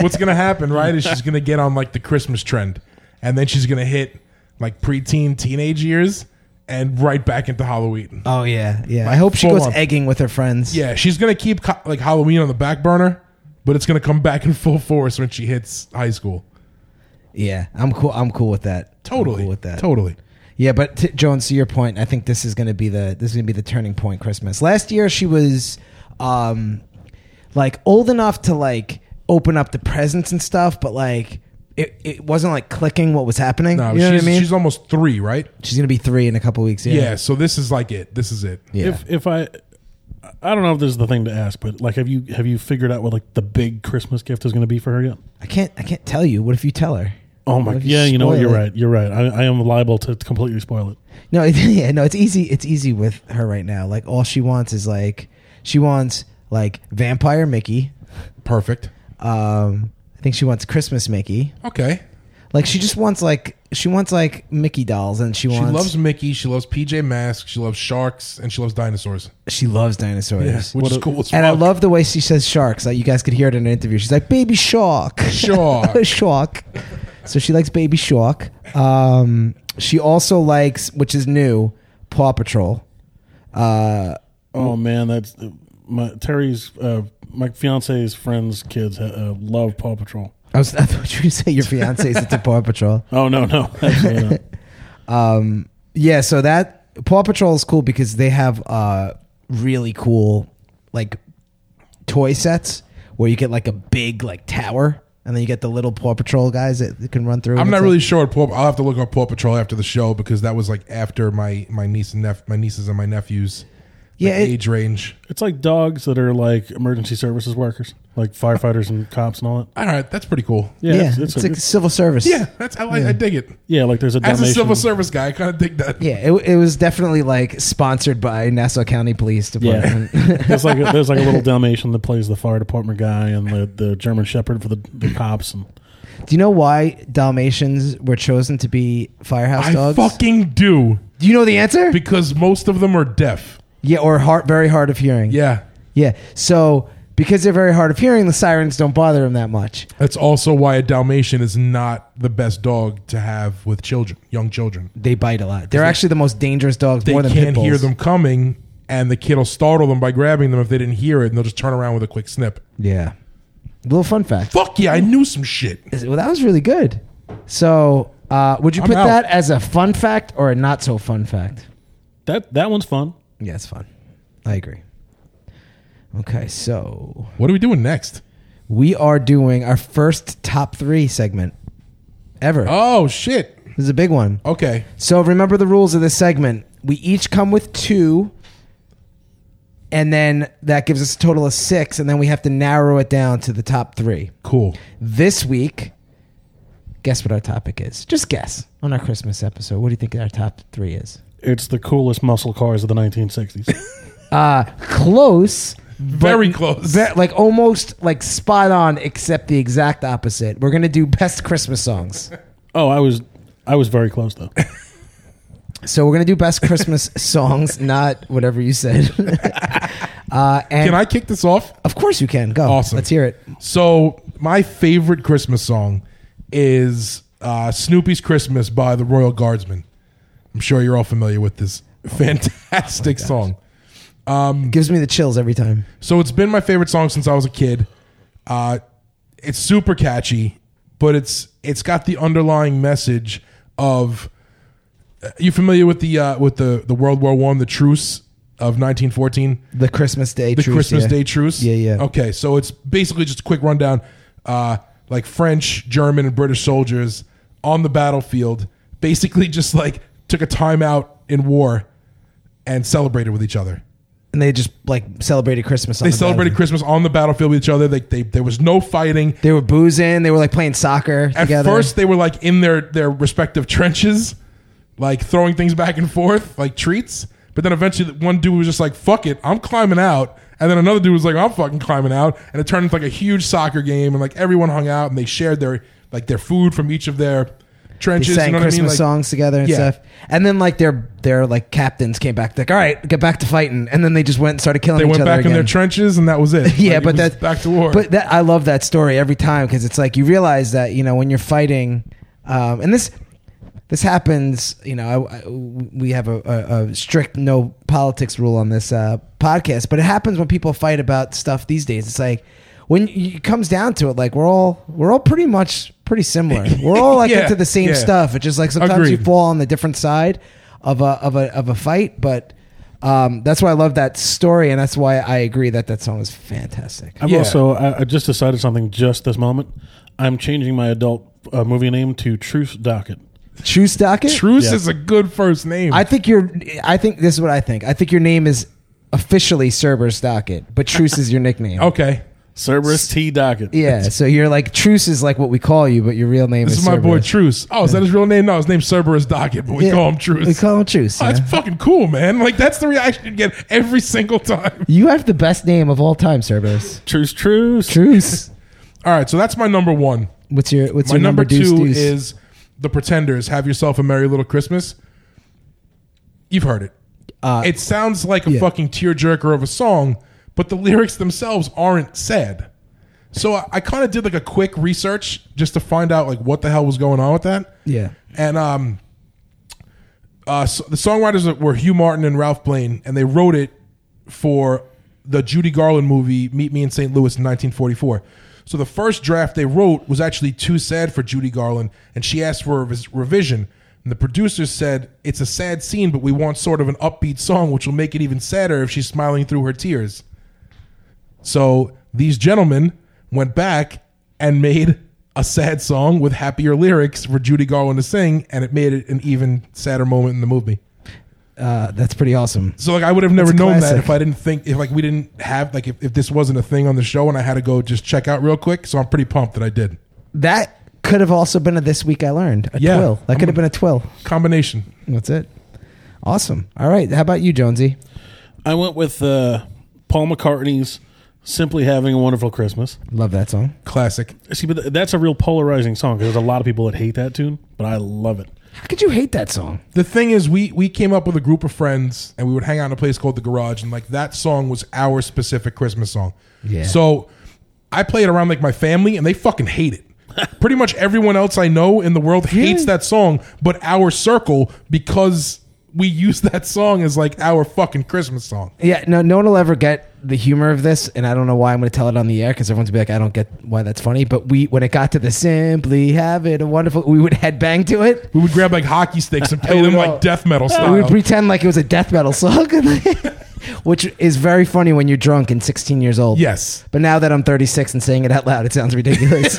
[SPEAKER 3] What's gonna happen, right? Is she's gonna get on like the Christmas trend, and then she's gonna hit like preteen, teenage years, and right back into Halloween.
[SPEAKER 4] oh, yeah. Yeah. I
[SPEAKER 3] Like,
[SPEAKER 4] hope she
[SPEAKER 3] full
[SPEAKER 4] goes
[SPEAKER 3] on.
[SPEAKER 4] egging with her friends.
[SPEAKER 3] Yeah, she's gonna keep co- like Halloween on the back burner, but it's gonna come back in full force when she hits high school.
[SPEAKER 4] Yeah. I'm cool. I'm cool with that. I'm
[SPEAKER 3] Totally,
[SPEAKER 4] cool with that.
[SPEAKER 3] Totally.
[SPEAKER 4] Yeah, but t- Jones, to your point, I think this is going to be the this is going to be the turning point Christmas. Last year she was, um, like old enough to like open up the presents and stuff, but like it, it wasn't like clicking what was happening.
[SPEAKER 3] No,
[SPEAKER 4] you know
[SPEAKER 3] she's,
[SPEAKER 4] what I mean?
[SPEAKER 3] she's
[SPEAKER 4] She's,
[SPEAKER 3] almost three, right?
[SPEAKER 4] going to be three in a couple weeks. Yeah.
[SPEAKER 3] Yeah. So this is like it. This is it.
[SPEAKER 4] Yeah.
[SPEAKER 5] If if I I don't know if this is the thing to ask, but like have you have you figured out what like the big Christmas gift is going to be for her yet?
[SPEAKER 4] I can't I can't tell you. What if you tell her?
[SPEAKER 5] Oh my!
[SPEAKER 4] What if
[SPEAKER 5] Yeah, you know what?
[SPEAKER 4] spoil
[SPEAKER 5] You're
[SPEAKER 4] it?
[SPEAKER 5] right. You're right. I, I am liable to completely spoil it.
[SPEAKER 4] No, it- yeah, no, it's easy. It's easy with her right now. Like all she wants is like she wants like vampire Mickey.
[SPEAKER 3] Perfect.
[SPEAKER 4] Um, I think she wants Christmas Mickey.
[SPEAKER 3] Okay.
[SPEAKER 4] Like she just wants like she wants like Mickey dolls and she
[SPEAKER 3] She
[SPEAKER 4] wants
[SPEAKER 3] loves Mickey. She loves PJ Masks. She loves sharks, and she loves dinosaurs,
[SPEAKER 4] she loves dinosaurs.
[SPEAKER 3] which
[SPEAKER 5] What
[SPEAKER 3] is
[SPEAKER 5] a-
[SPEAKER 3] cool. As
[SPEAKER 4] And I
[SPEAKER 3] fuck.
[SPEAKER 4] love the way she says sharks. Like you guys could hear it in an interview. She's like baby shark,
[SPEAKER 3] Shark.
[SPEAKER 4] shark. So she likes baby shark. Um, she also likes, which is new, Paw Patrol. Uh,
[SPEAKER 5] Oh man, that's my Terry's uh, my fiance's friends' kids uh, uh, love Paw Patrol.
[SPEAKER 4] I was I thought you were gonna say your fiance's into Paw Patrol.
[SPEAKER 5] Oh no, no, absolutely not.
[SPEAKER 4] Um, yeah, so that Paw Patrol is cool because they have uh really cool like toy sets where you get like a big like tower and then you get the little Paw Patrol guys that can run through.
[SPEAKER 3] I'm
[SPEAKER 4] and
[SPEAKER 3] not
[SPEAKER 4] it's
[SPEAKER 3] really
[SPEAKER 4] like-
[SPEAKER 3] sure. What Paw, I'll have to look up Paw Patrol after the show because that was like after my my niece and nep- my nieces and my nephews.
[SPEAKER 4] Yeah,
[SPEAKER 3] like,
[SPEAKER 4] it-
[SPEAKER 3] age range.
[SPEAKER 5] It's like dogs that are like emergency services workers, like firefighters and cops and all that.
[SPEAKER 3] All right, that's pretty cool.
[SPEAKER 5] Yeah,
[SPEAKER 4] yeah,
[SPEAKER 5] it's,
[SPEAKER 4] it's,
[SPEAKER 5] it's a-
[SPEAKER 4] like
[SPEAKER 5] it's-
[SPEAKER 4] civil service.
[SPEAKER 3] Yeah, that's I, like, I dig it.
[SPEAKER 5] yeah, like there's a
[SPEAKER 3] As
[SPEAKER 5] Dalmatian.
[SPEAKER 3] a civil service guy, I kind of dig that.
[SPEAKER 4] Yeah, it, it was definitely like sponsored by Nassau County Police
[SPEAKER 5] yeah,
[SPEAKER 4] Department.
[SPEAKER 5] there's like a, there's like a little Dalmatian that plays the fire department guy and the, the German Shepherd for the, the cops and
[SPEAKER 4] Do you know why Dalmatians were chosen to be firehouse
[SPEAKER 3] I
[SPEAKER 4] dogs?
[SPEAKER 3] fucking do
[SPEAKER 4] Do you know the answer?
[SPEAKER 3] because most of them are deaf.
[SPEAKER 4] yeah, or hard, very hard of hearing.
[SPEAKER 3] Yeah,
[SPEAKER 4] Yeah. So because they're very hard of hearing, the sirens don't bother them that much.
[SPEAKER 3] that's also why a Dalmatian is not the best dog to have with children, young children.
[SPEAKER 4] They bite a lot. They're actually the most dangerous dogs.
[SPEAKER 3] They
[SPEAKER 4] more than pit
[SPEAKER 3] can't
[SPEAKER 4] bulls.
[SPEAKER 3] hear them coming, and the kid will startle them by grabbing them if they didn't hear it, and they'll just turn around with a quick snip.
[SPEAKER 4] Yeah. Little fun fact.
[SPEAKER 3] Fuck yeah, I knew some shit.
[SPEAKER 4] Is- Well, that was really good. So, uh, would you
[SPEAKER 3] I'm
[SPEAKER 4] put
[SPEAKER 3] out.
[SPEAKER 4] that as a fun fact or a not so fun fact?
[SPEAKER 5] that that one's fun.
[SPEAKER 4] Yeah, it's fun. I agree. Okay, so
[SPEAKER 3] What are we doing next?
[SPEAKER 4] we are doing our first top three segment ever.
[SPEAKER 3] Oh shit.
[SPEAKER 4] This is a big one.
[SPEAKER 3] Okay.
[SPEAKER 4] So remember the rules of this segment. We each come with two, and then that gives us a total of six, and then we have to narrow it down to the top three.
[SPEAKER 3] Cool.
[SPEAKER 4] This week, guess what our topic is? Just guess on our Christmas episode. What do you think our top three is?
[SPEAKER 5] It's the coolest muscle cars of the 1960s.
[SPEAKER 4] Uh close. but
[SPEAKER 3] Very close.
[SPEAKER 4] ve- like almost like spot on, except the exact opposite. We're gonna do best Christmas songs.
[SPEAKER 5] oh, I was I was very close though.
[SPEAKER 4] So we're gonna do best Christmas songs, not whatever you said. uh, and
[SPEAKER 3] Can I kick this off?
[SPEAKER 4] Of course you can. Go.
[SPEAKER 3] Awesome.
[SPEAKER 4] Let's hear it.
[SPEAKER 3] So my favorite Christmas song is uh, "Snoopy's Christmas" by the Royal Guardsmen. I'm sure you're all familiar with this
[SPEAKER 4] Oh,
[SPEAKER 3] fantastic song.
[SPEAKER 4] Gives me the chills every time.
[SPEAKER 3] So it's been my favorite song since I was a kid. Uh, it's super catchy, but it's it's got the underlying message of you familiar with the uh, with the the World War One, the truce of 1914.
[SPEAKER 4] The Christmas Day
[SPEAKER 3] the
[SPEAKER 4] truce,
[SPEAKER 3] Christmas
[SPEAKER 4] yeah.
[SPEAKER 3] Day truce.
[SPEAKER 4] Yeah, yeah.
[SPEAKER 3] Okay, so it's basically just a quick rundown. Uh, like French, German, and British soldiers on the battlefield, basically just like took a timeout in war and celebrated with each other.
[SPEAKER 4] and they just like celebrated Christmas. On
[SPEAKER 3] They
[SPEAKER 4] the
[SPEAKER 3] celebrated
[SPEAKER 4] battlefield.
[SPEAKER 3] Christmas on the battlefield with each other. They, they, there was no fighting.
[SPEAKER 4] They were boozing. They were like playing soccer
[SPEAKER 3] At
[SPEAKER 4] together.
[SPEAKER 3] first, they were like in their, their respective trenches, like throwing things back and forth, like treats. But then eventually, one dude was just like, fuck it, I'm climbing out. And then another dude was like, I'm fucking climbing out. And it turned into like a huge soccer game. And like everyone hung out and they shared their like their food from each of their
[SPEAKER 4] they
[SPEAKER 3] trenches.
[SPEAKER 4] sang
[SPEAKER 3] you know what
[SPEAKER 4] Christmas
[SPEAKER 3] I mean? Like,
[SPEAKER 4] songs together and
[SPEAKER 3] Yeah.
[SPEAKER 4] stuff. And then like their their like captains came back like, all right, get back to fighting. And then they just went and started killing
[SPEAKER 3] They
[SPEAKER 4] each
[SPEAKER 3] went
[SPEAKER 4] other
[SPEAKER 3] back in
[SPEAKER 4] again.
[SPEAKER 3] their trenches and that was it.
[SPEAKER 4] yeah,
[SPEAKER 3] Like, it
[SPEAKER 4] but
[SPEAKER 3] was
[SPEAKER 4] that
[SPEAKER 3] back to war.
[SPEAKER 4] But that I love that story every time because it's like you realize that you know when you're fighting, um, and this this happens. You know, I, I- we have a, a, a strict no politics rule on this uh, podcast, but it happens when people fight about stuff these days. It's like when you- it comes down to it, like we're all we're all pretty much pretty similar. We're all like
[SPEAKER 3] Yeah,
[SPEAKER 4] into the same
[SPEAKER 3] yeah.
[SPEAKER 4] stuff. It's just like sometimes you
[SPEAKER 3] Agreed.
[SPEAKER 4] fall fall on the different side of a of a of a fight, but um, that's why I love that story, and that's why I agree that that song is fantastic.
[SPEAKER 5] I've
[SPEAKER 3] Yeah.
[SPEAKER 5] also I, I just decided something just this moment. I'm changing my adult uh, movie name to Truce Docket.
[SPEAKER 4] True Stocket.
[SPEAKER 3] Truce
[SPEAKER 5] Yeah.
[SPEAKER 3] is a good first name.
[SPEAKER 4] I think your I think this is what I think. I think your name is officially Cerberus Stocket, but Truce is your nickname.
[SPEAKER 3] okay.
[SPEAKER 5] Cerberus T Docket.
[SPEAKER 4] Yeah, so you're like Truce is like what we call you, but your real name
[SPEAKER 3] This
[SPEAKER 4] is
[SPEAKER 3] is my boy
[SPEAKER 4] Cerberus.
[SPEAKER 3] Truce. Oh, is that his real name? No, his name's Cerberus Docket, but we
[SPEAKER 4] Yeah,
[SPEAKER 3] call him Truce.
[SPEAKER 4] We call him Truce.
[SPEAKER 3] Oh,
[SPEAKER 4] yeah.
[SPEAKER 3] that's fucking cool, man. Like that's the reaction you get every single time.
[SPEAKER 4] you have the best name of all time, Cerberus.
[SPEAKER 5] Truce Truce.
[SPEAKER 4] Truce.
[SPEAKER 3] All right, so that's my number one.
[SPEAKER 4] What's your what's
[SPEAKER 3] My
[SPEAKER 4] your number,
[SPEAKER 3] number,
[SPEAKER 4] deuce,
[SPEAKER 3] two
[SPEAKER 4] deuce?
[SPEAKER 3] is The Pretenders. Have yourself a merry little Christmas. You've heard it. it sounds like a
[SPEAKER 4] Uh, yeah.
[SPEAKER 3] fucking tearjerker of a song, but the lyrics themselves aren't sad. So I, I kind of did like a quick research just to find out like what the hell was going on with that.
[SPEAKER 4] yeah.
[SPEAKER 3] And um, uh, so the songwriters were Hugh Martin and Ralph Blaine, and they wrote it for the Judy Garland movie Meet Me in St. Louis in 1944. So the first draft they wrote was actually too sad for Judy Garland, and she asked for a revis- revision. And the producers said, It's a sad scene, but we want sort of an upbeat song, which will make it even sadder if she's smiling through her tears. So these gentlemen went back and made a sad song with happier lyrics for Judy Garland to sing, and it made it an even sadder moment in the movie.
[SPEAKER 4] Uh, that's pretty awesome.
[SPEAKER 3] So like I would have never
[SPEAKER 4] That's a
[SPEAKER 3] known that
[SPEAKER 4] classic.
[SPEAKER 3] if I didn't think if like we didn't have like if, if this wasn't a thing on the show and I had to go just check out real quick. So I'm pretty pumped that I did.
[SPEAKER 4] That could have also been a this week I learned. A
[SPEAKER 3] Yeah.
[SPEAKER 4] twill. That could have been a twill.
[SPEAKER 3] Combination.
[SPEAKER 4] That's it. Awesome. All right. How about you, Jonesy?
[SPEAKER 5] I went with uh, Paul McCartney's "Simply Having a Wonderful Christmas."
[SPEAKER 4] Love that song.
[SPEAKER 3] Classic.
[SPEAKER 5] See, but th- that's a real polarizing song because there's a lot of people that hate that tune, but I love it.
[SPEAKER 4] How could you hate that song?
[SPEAKER 3] The thing is we we came up with a group of friends and we would hang out in a place called the garage and like that song was our specific Christmas song.
[SPEAKER 4] Yeah.
[SPEAKER 3] So I play it around like my family and they fucking hate it. Pretty much everyone else I know in the world hates that song, but our circle because we use that song as like our fucking Christmas song.
[SPEAKER 4] Yeah. No. No one will ever get the humor of this, and I don't know why I'm going to tell it on the air because everyone's gonna be like, I don't get why that's funny. But we, when it got to the "Simply Have It," a wonderful, we would headbang to it.
[SPEAKER 3] We would grab like hockey sticks and play
[SPEAKER 4] we
[SPEAKER 3] them
[SPEAKER 4] would all-
[SPEAKER 3] like death metal style.
[SPEAKER 4] We would pretend like it was a death metal song, which is very funny when you're drunk and 16 years old.
[SPEAKER 3] yes.
[SPEAKER 4] But now that I'm 36 and saying it out loud, it sounds ridiculous.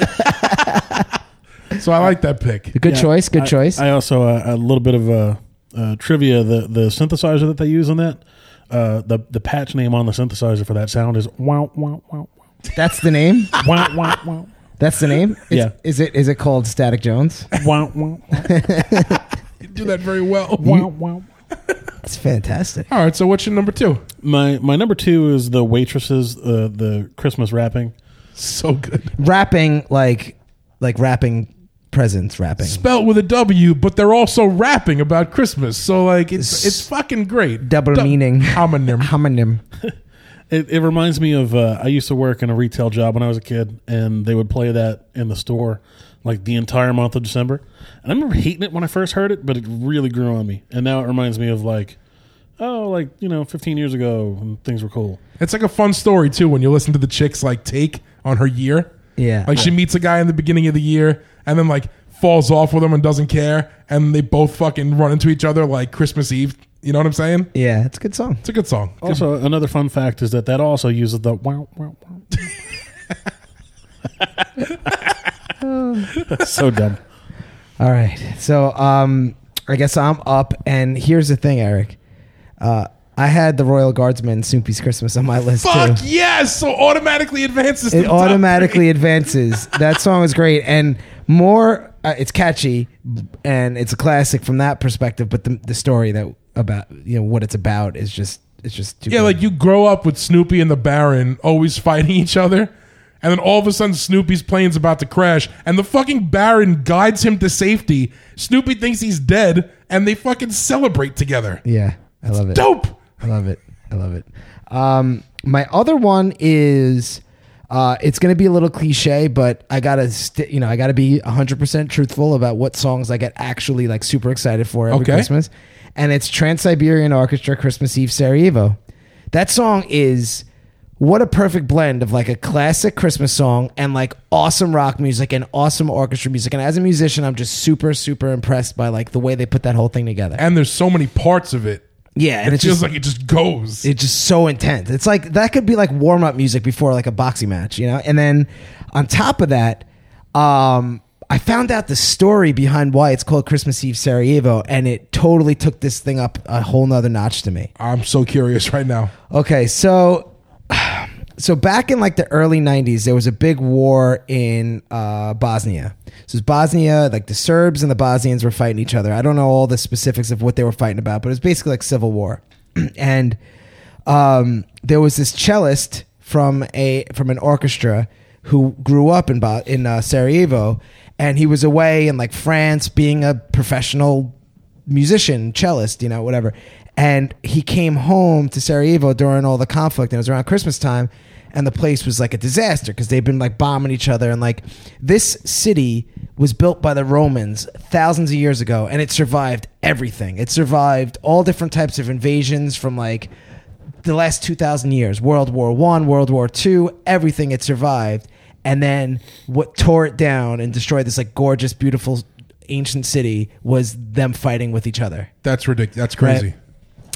[SPEAKER 3] So I like that pick.
[SPEAKER 4] good
[SPEAKER 5] Yeah,
[SPEAKER 4] choice. Good
[SPEAKER 5] I-
[SPEAKER 4] choice.
[SPEAKER 5] I also uh, a little bit of uh, uh, trivia: the the synthesizer that they use on that, uh, the the patch name on the synthesizer for that sound is wow wow wow
[SPEAKER 4] that's the name.
[SPEAKER 5] wow wow wow
[SPEAKER 4] That's the name. It's-
[SPEAKER 5] Yeah.
[SPEAKER 4] Is it is it called Static Jones?
[SPEAKER 5] wow wow
[SPEAKER 3] You do that very well.
[SPEAKER 5] wow wow.
[SPEAKER 4] That's fantastic.
[SPEAKER 3] All right. So what's your number two?
[SPEAKER 5] My my number two is the waitresses, uh, the Christmas wrapping.
[SPEAKER 3] So good.
[SPEAKER 4] Rapping like like rapping presents rapping.
[SPEAKER 3] Spelt with a W, but they're also rapping about Christmas. So like it's it's fucking great.
[SPEAKER 4] Double
[SPEAKER 3] Du-
[SPEAKER 4] meaning.
[SPEAKER 3] Homonym.
[SPEAKER 4] Homonym.
[SPEAKER 5] It, it reminds me of uh, I used to work in a retail job when I was a kid, and they would play that in the store like the entire month of December. And I remember hating it when I first heard it, but it really grew on me. And now it reminds me of like, oh, like you know, 15 years ago when things were cool.
[SPEAKER 3] It's like a fun story too when you listen to the chicks like take on her year.
[SPEAKER 4] Yeah.
[SPEAKER 3] Like she meets a guy in the beginning of the year and then like falls off with him and doesn't care, and they both fucking run into each other like Christmas Eve. You know what I'm saying?
[SPEAKER 4] yeah, Oh, it's a good song.
[SPEAKER 3] It's a good song.
[SPEAKER 5] Also, another fun fact is that that also uses the wow wow wow. so dumb.
[SPEAKER 4] All right. So um, I guess I'm up. And here's the thing, Eric. Uh, I had the Royal Guardsman Soupy's Christmas on my list
[SPEAKER 3] Fuck
[SPEAKER 4] too.
[SPEAKER 3] yes! So automatically advances. to
[SPEAKER 4] It
[SPEAKER 3] the top
[SPEAKER 4] automatically
[SPEAKER 3] three.
[SPEAKER 4] advances. That song is great and more. Uh, it's catchy and it's a classic from that perspective. But the, the story that about you know what it's about is just it's just too
[SPEAKER 3] Yeah,
[SPEAKER 4] good.
[SPEAKER 3] like you grow up with Snoopy and the Baron always fighting each other. And then all of a sudden, Snoopy's plane's about to crash, and the fucking Baron guides him to safety. Snoopy thinks he's dead, and they fucking celebrate together.
[SPEAKER 4] yeah. I love it.
[SPEAKER 3] Dope!
[SPEAKER 4] I love it. I love it. Um, my other one is uh, it's going to be a little cliche, but I gotta, st- you know, I gotta be 100% truthful about what songs I get actually like super excited for every
[SPEAKER 3] Okay.
[SPEAKER 4] Christmas. And it's Trans Siberian Orchestra Christmas Eve Sarajevo. That song is what a perfect blend of like a classic Christmas song and like awesome rock music and awesome orchestra music. And as a musician, I'm just super, super impressed by like the way they put that whole thing together.
[SPEAKER 3] And there's so many parts of it.
[SPEAKER 4] yeah. And
[SPEAKER 3] it
[SPEAKER 4] it's
[SPEAKER 3] feels
[SPEAKER 4] just
[SPEAKER 3] like it just goes.
[SPEAKER 4] it's just so intense. It's like that could be like warm up music before like a boxing match, you know. And then on top of that, um, I found out the story behind why it's called Christmas Eve Sarajevo, and it totally took this thing up a whole nother notch to me.
[SPEAKER 3] I'm so curious right now.
[SPEAKER 4] Okay, so so back in like the early 90s there was a big war in uh, bosnia so it's bosnia like the serbs and the bosnians were fighting each other i don't know all the specifics of what they were fighting about but it was basically like civil war and um, there was this cellist from a from an orchestra who grew up in Bo- in uh, sarajevo and he was away in like france being a professional musician, cellist, you know, whatever. And he came home to Sarajevo during all the conflict, and it was around Christmas time, and the place was like a disaster because they've been like bombing each other, and like this city was built by the Romans thousands of years ago, and it survived everything. It survived all different types of invasions from like the last 2000 years world war one world war two everything it survived and then what tore it down and destroyed this like gorgeous beautiful ancient city was them fighting with each other
[SPEAKER 3] That's ridiculous. That's crazy.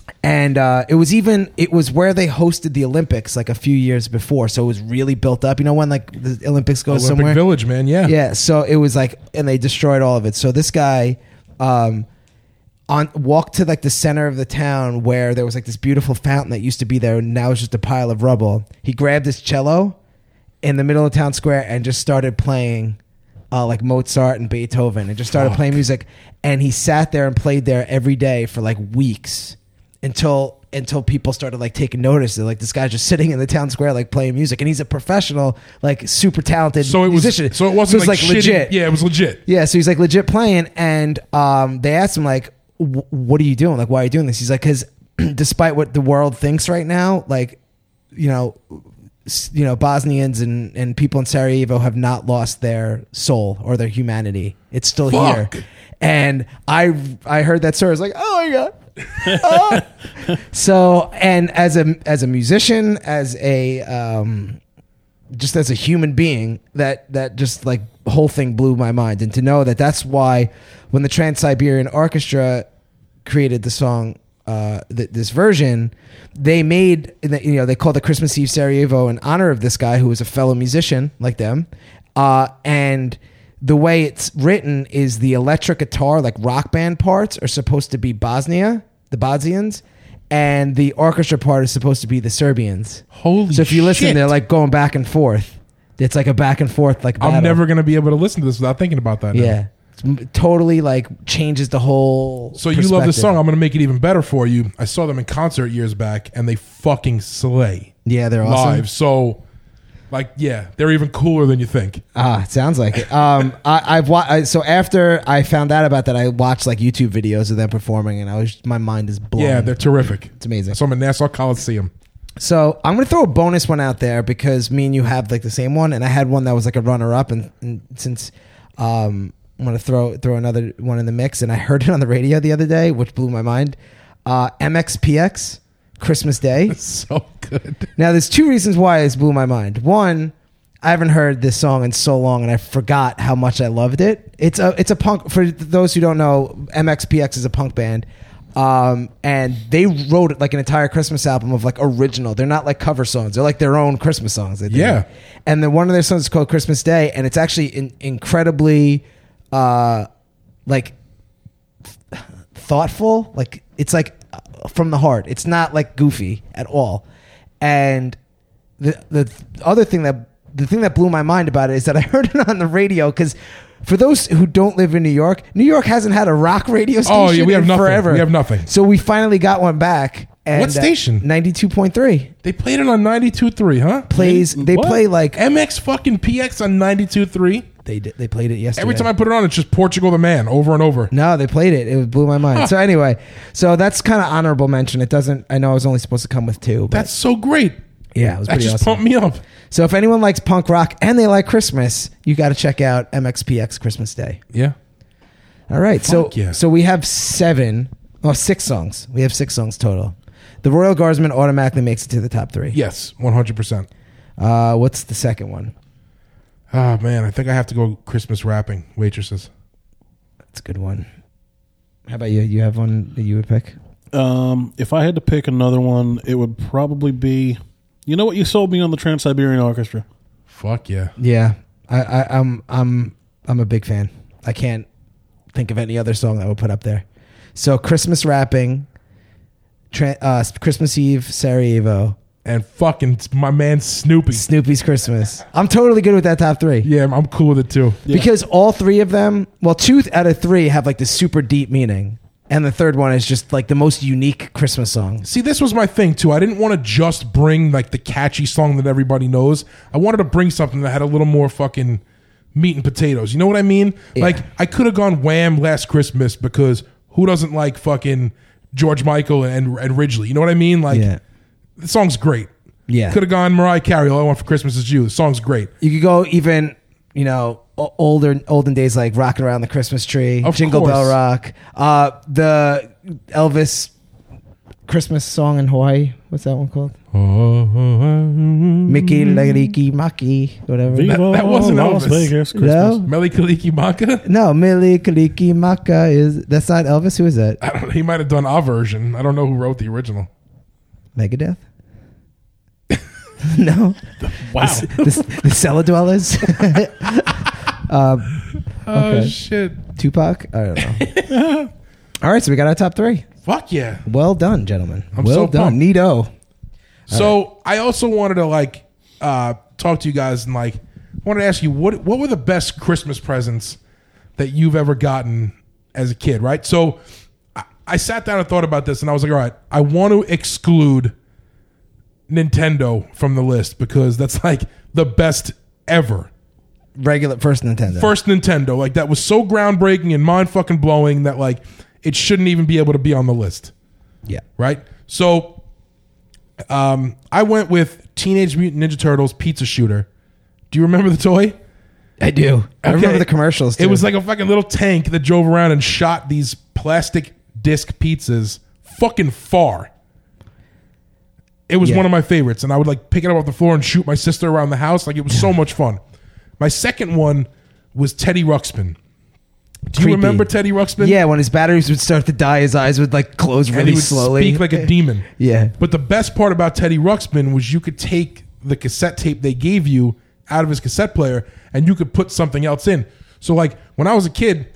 [SPEAKER 4] Right. and uh, it was even it was where they hosted the olympics like a few years before so it was really built up you know when like the olympics goes
[SPEAKER 3] Olympic
[SPEAKER 4] somewhere
[SPEAKER 3] Village, man. Yeah.
[SPEAKER 4] yeah so it was like and they destroyed all of it so this guy um on walked to like the center of the town where there was like this beautiful fountain that used to be there and now it's just a pile of rubble he grabbed his cello in the middle of town square and just started playing uh, like Mozart and Beethoven, and just started playing music. And he sat there and played there every day for like weeks until until people started like taking notice. They're like, this guy's just sitting in the town square like playing music, and he's a professional, like super talented
[SPEAKER 3] So it was.
[SPEAKER 4] musician.
[SPEAKER 3] So it wasn't
[SPEAKER 4] it's,
[SPEAKER 3] like, shitty-
[SPEAKER 4] legit.
[SPEAKER 3] Yeah, it was legit.
[SPEAKER 4] Yeah, so he's like legit playing, and um, they asked him like, "Wh- "What are you doing? Like, why are you doing this?" He's like, "Cause despite what the world thinks right now, like, you know, s- you know, Bosnians and and people in Sarajevo have not lost their soul or their humanity. It's still
[SPEAKER 3] Fuck.
[SPEAKER 4] here." And I I heard that story. I was like, "Oh my god." Oh. so and as a as a musician, as a um, just as a human being that that just like whole thing blew my mind and to know that that's why when the trans-siberian orchestra created the song uh, th- this version they made you know they called the christmas eve sarajevo in honor of this guy who was a fellow musician like them uh, and the way it's written is the electric guitar like rock band parts are supposed to be bosnia the bosnians and the orchestra part is supposed to be the serbians
[SPEAKER 3] Holy
[SPEAKER 4] so if you listen,
[SPEAKER 3] shit.
[SPEAKER 4] they're like going back and forth. It's like a back and forth like battle.
[SPEAKER 3] I'm never going to be able to listen to this without thinking about that. now.
[SPEAKER 4] yeah. It's m- totally like changes the whole.
[SPEAKER 3] So you love this
[SPEAKER 4] perspective.
[SPEAKER 3] song. I'm going to make it even better for you. I saw them in concert years back, and they fucking slay
[SPEAKER 4] Yeah, they're awesome.
[SPEAKER 3] live. So, like, yeah, they're even cooler than you think.
[SPEAKER 4] Ah, it sounds like it. Um, I, I've wa- I, so after I found out about that, I watched like YouTube videos of them performing, and I was my mind is blown.
[SPEAKER 3] Yeah, they're terrific. It's
[SPEAKER 4] amazing.
[SPEAKER 3] So I'm in Nassau Coliseum.
[SPEAKER 4] So I'm gonna throw a bonus one out there because me and you have like the same one, and I had one that was like a runner up, and, and since um, I'm gonna throw throw another one in the mix, and I heard it on the radio the other day, which blew my mind. Uh, MXPX, Christmas Day. Oh,
[SPEAKER 3] So good.
[SPEAKER 4] Now, there's two reasons why this blew my mind. One, I haven't heard this song in so long, and I forgot how much I loved it. It's a it's a punk. For those who don't know, MXPX is a punk band, um, and they wrote like an entire Christmas album of like original. They're not like cover songs. They're like their own Christmas songs. that they
[SPEAKER 3] Yeah.
[SPEAKER 4] wrote. and then one of their songs is called Christmas Day, and it's actually in, incredibly. Uh, like th- thoughtful. Like it's like uh, from the heart. It's not like goofy at all. And the the other thing that the thing that blew my mind about it is that I heard it on the radio because. For those who don't live in New York, New York hasn't had a rock radio station
[SPEAKER 3] Oh, yeah, we have
[SPEAKER 4] in
[SPEAKER 3] nothing.
[SPEAKER 4] forever.
[SPEAKER 3] We have nothing.
[SPEAKER 4] So we finally got one back. And, uh,
[SPEAKER 3] What station?
[SPEAKER 4] Ninety-two point three
[SPEAKER 3] They played it on 92.3, huh?
[SPEAKER 4] plays. They
[SPEAKER 5] What?
[SPEAKER 4] play like e,
[SPEAKER 3] MX fucking PX on 92.3.
[SPEAKER 4] they did, they played it yesterday.
[SPEAKER 3] Every time I put it on, it's just Portugal the Man over and over.
[SPEAKER 4] No, they played it. It blew my mind. So anyway, so that's kind of honorable mention. It doesn't. I know I was only supposed to come with two. But
[SPEAKER 3] That's so great.
[SPEAKER 4] yeah, it was
[SPEAKER 3] That
[SPEAKER 4] pretty
[SPEAKER 3] just
[SPEAKER 4] awesome.
[SPEAKER 3] pumped me up.
[SPEAKER 4] So if anyone likes punk rock and they like Christmas, you got to check out MXPX Christmas Day.
[SPEAKER 3] Yeah.
[SPEAKER 4] All right, so
[SPEAKER 3] Fuck yeah.
[SPEAKER 4] so we have seven, oh six songs. We have six songs total. The Royal Guardsman automatically makes it to the top three.
[SPEAKER 3] Yes, 100%.
[SPEAKER 4] Uh, what's the second one?
[SPEAKER 3] Ah, man, I think I have to go Christmas wrapping, waitresses.
[SPEAKER 4] That's a good one. How about you? You have one that you would pick?
[SPEAKER 5] Um, if I had to pick another one, it would probably be. You know what you sold me on the Trans Siberian Orchestra.
[SPEAKER 3] Fuck yeah.
[SPEAKER 4] Yeah, I, I, I'm I'm I'm a big fan. I can't think of any other song that would put up there. So Christmas wrapping, tra- uh, Christmas Eve, Sarajevo,
[SPEAKER 3] And fucking my man Snoopy.
[SPEAKER 4] Snoopy's Christmas. I'm totally good with that top three.
[SPEAKER 3] Yeah, I'm- I'm cool with it too.
[SPEAKER 4] Because all three of them, well, two th- out of three have like the super deep meaning, and the third one is just like the most unique Christmas song.
[SPEAKER 3] See, this was my thing too. I didn't want to just bring like the catchy song that everybody knows. I wanted to bring something that had a little more fucking meat and potatoes. You know what I mean? Like I could have gone Wham last Christmas because who doesn't like fucking George Michael and and Ridgely? You know what I mean? Like
[SPEAKER 4] Yeah.
[SPEAKER 3] the song's great.
[SPEAKER 4] Yeah.
[SPEAKER 3] Could have gone Mariah Carey. All I want for Christmas is you. The song's great.
[SPEAKER 4] You could go even, you know, o- older olden days like rocking around the Christmas tree,
[SPEAKER 3] Of
[SPEAKER 4] Jingle
[SPEAKER 3] course.
[SPEAKER 4] Bell Rock, uh, the Elvis Christmas song in Hawaii. What's that one called?
[SPEAKER 3] Mm-hmm.
[SPEAKER 4] oh, Mickey Lagiki Maki, whatever.
[SPEAKER 5] Viva
[SPEAKER 3] that wasn't
[SPEAKER 5] Las
[SPEAKER 3] Elvis.
[SPEAKER 5] Vegas Christmas.
[SPEAKER 4] no,
[SPEAKER 3] Meli Kaliki Maka.
[SPEAKER 4] no, Millie Kaliki Maka is that's not Elvis. Who is that?
[SPEAKER 3] I don't know. He might have done our version. I don't know who wrote the original.
[SPEAKER 4] Megadeth. no,
[SPEAKER 5] Wow.
[SPEAKER 4] the, the Cellar Dwellers,
[SPEAKER 3] Oh
[SPEAKER 4] Okay.
[SPEAKER 3] shit!
[SPEAKER 4] Tupac. I don't know. All right, so we got our top three.
[SPEAKER 3] Fuck yeah!
[SPEAKER 4] Well done, gentlemen.
[SPEAKER 3] I'm
[SPEAKER 4] well
[SPEAKER 3] so pumped.
[SPEAKER 4] done. Neato.
[SPEAKER 3] So I also wanted to like uh, talk to you guys and like I wanted to ask you what what were the best Christmas presents that you've ever gotten as a kid, right? So I, I sat down and thought about this and I was like, all right, I want to exclude Nintendo from the list because that's like the best ever.
[SPEAKER 4] Regular first Nintendo.
[SPEAKER 3] First Nintendo, like that was so groundbreaking and mind fucking blowing that like it shouldn't even be able to be on the list
[SPEAKER 4] Yeah.
[SPEAKER 3] right? So, um, I went with Teenage Mutant Ninja Turtles Pizza Shooter. Do you remember the toy?
[SPEAKER 4] I do. I remember
[SPEAKER 3] Okay.
[SPEAKER 4] the commercials. Too.
[SPEAKER 3] It was like a fucking little tank that drove around and shot these plastic disc pizzas fucking far. It was
[SPEAKER 4] Yeah.
[SPEAKER 3] one of my favorites, and I would like pick it up off the floor and shoot my sister around the house. Like it was so much fun. My second one was Teddy Ruxpin. Do you
[SPEAKER 4] Creepy.
[SPEAKER 3] remember Teddy Ruxpin?
[SPEAKER 4] yeah, when his batteries would start to die, his eyes would like close
[SPEAKER 3] and
[SPEAKER 4] really
[SPEAKER 3] he would
[SPEAKER 4] slowly.
[SPEAKER 3] speak like a demon.
[SPEAKER 4] Yeah.
[SPEAKER 3] But the best part about Teddy Ruxpin was you could take the cassette tape they gave you out of his cassette player and you could put something else in. So like when I was a kid,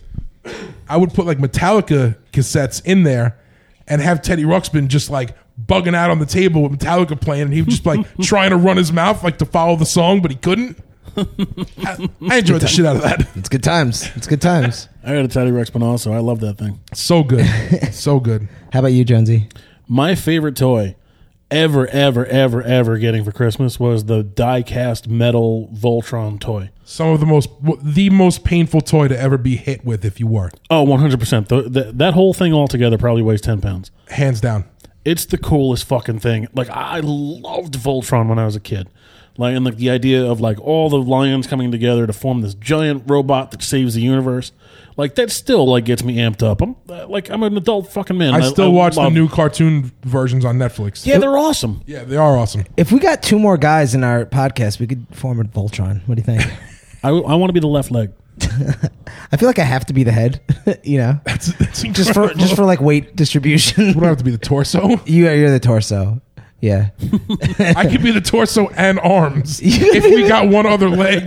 [SPEAKER 3] I would put like Metallica cassettes in there and have Teddy Ruxpin just like bugging out on the table with Metallica playing and he was just like trying to run his mouth like to follow the song but he couldn't. I, I enjoyed the shit out of that.
[SPEAKER 4] It's good times. It's good times.
[SPEAKER 5] I got a Teddy Rexman also. I love that thing.
[SPEAKER 3] So good. So good.
[SPEAKER 4] How about you, Jonesy?
[SPEAKER 5] My favorite toy ever, ever, ever, ever getting for Christmas was the die cast metal Voltron toy.
[SPEAKER 3] Some of the most the most painful toy to ever be hit with if you were.
[SPEAKER 5] Oh, 100%. Th th- that whole thing altogether probably weighs 10 pounds.
[SPEAKER 3] hands down.
[SPEAKER 5] It's the coolest fucking thing. Like, I loved Voltron when I was a kid. Like, and like the idea of like all the lions coming together to form this giant robot that saves the universe. Like, that still like gets me amped up. I'm uh, like, I'm an adult fucking man.
[SPEAKER 3] I still watch the
[SPEAKER 5] love-
[SPEAKER 3] new cartoon versions on Netflix.
[SPEAKER 5] Yeah, they're awesome.
[SPEAKER 3] Yeah, they are awesome.
[SPEAKER 4] If we got two more guys in our podcast, we could form a Voltron. What do you think?
[SPEAKER 5] I, I want to be the left leg.
[SPEAKER 4] I feel like I have to be the head. you know,
[SPEAKER 3] That's, that's
[SPEAKER 4] just for just for like weight
[SPEAKER 3] would
[SPEAKER 4] distribution.
[SPEAKER 3] I have to be the torso?
[SPEAKER 4] you are you're the torso. Yeah.
[SPEAKER 3] I could be the torso and arms if we got one other leg.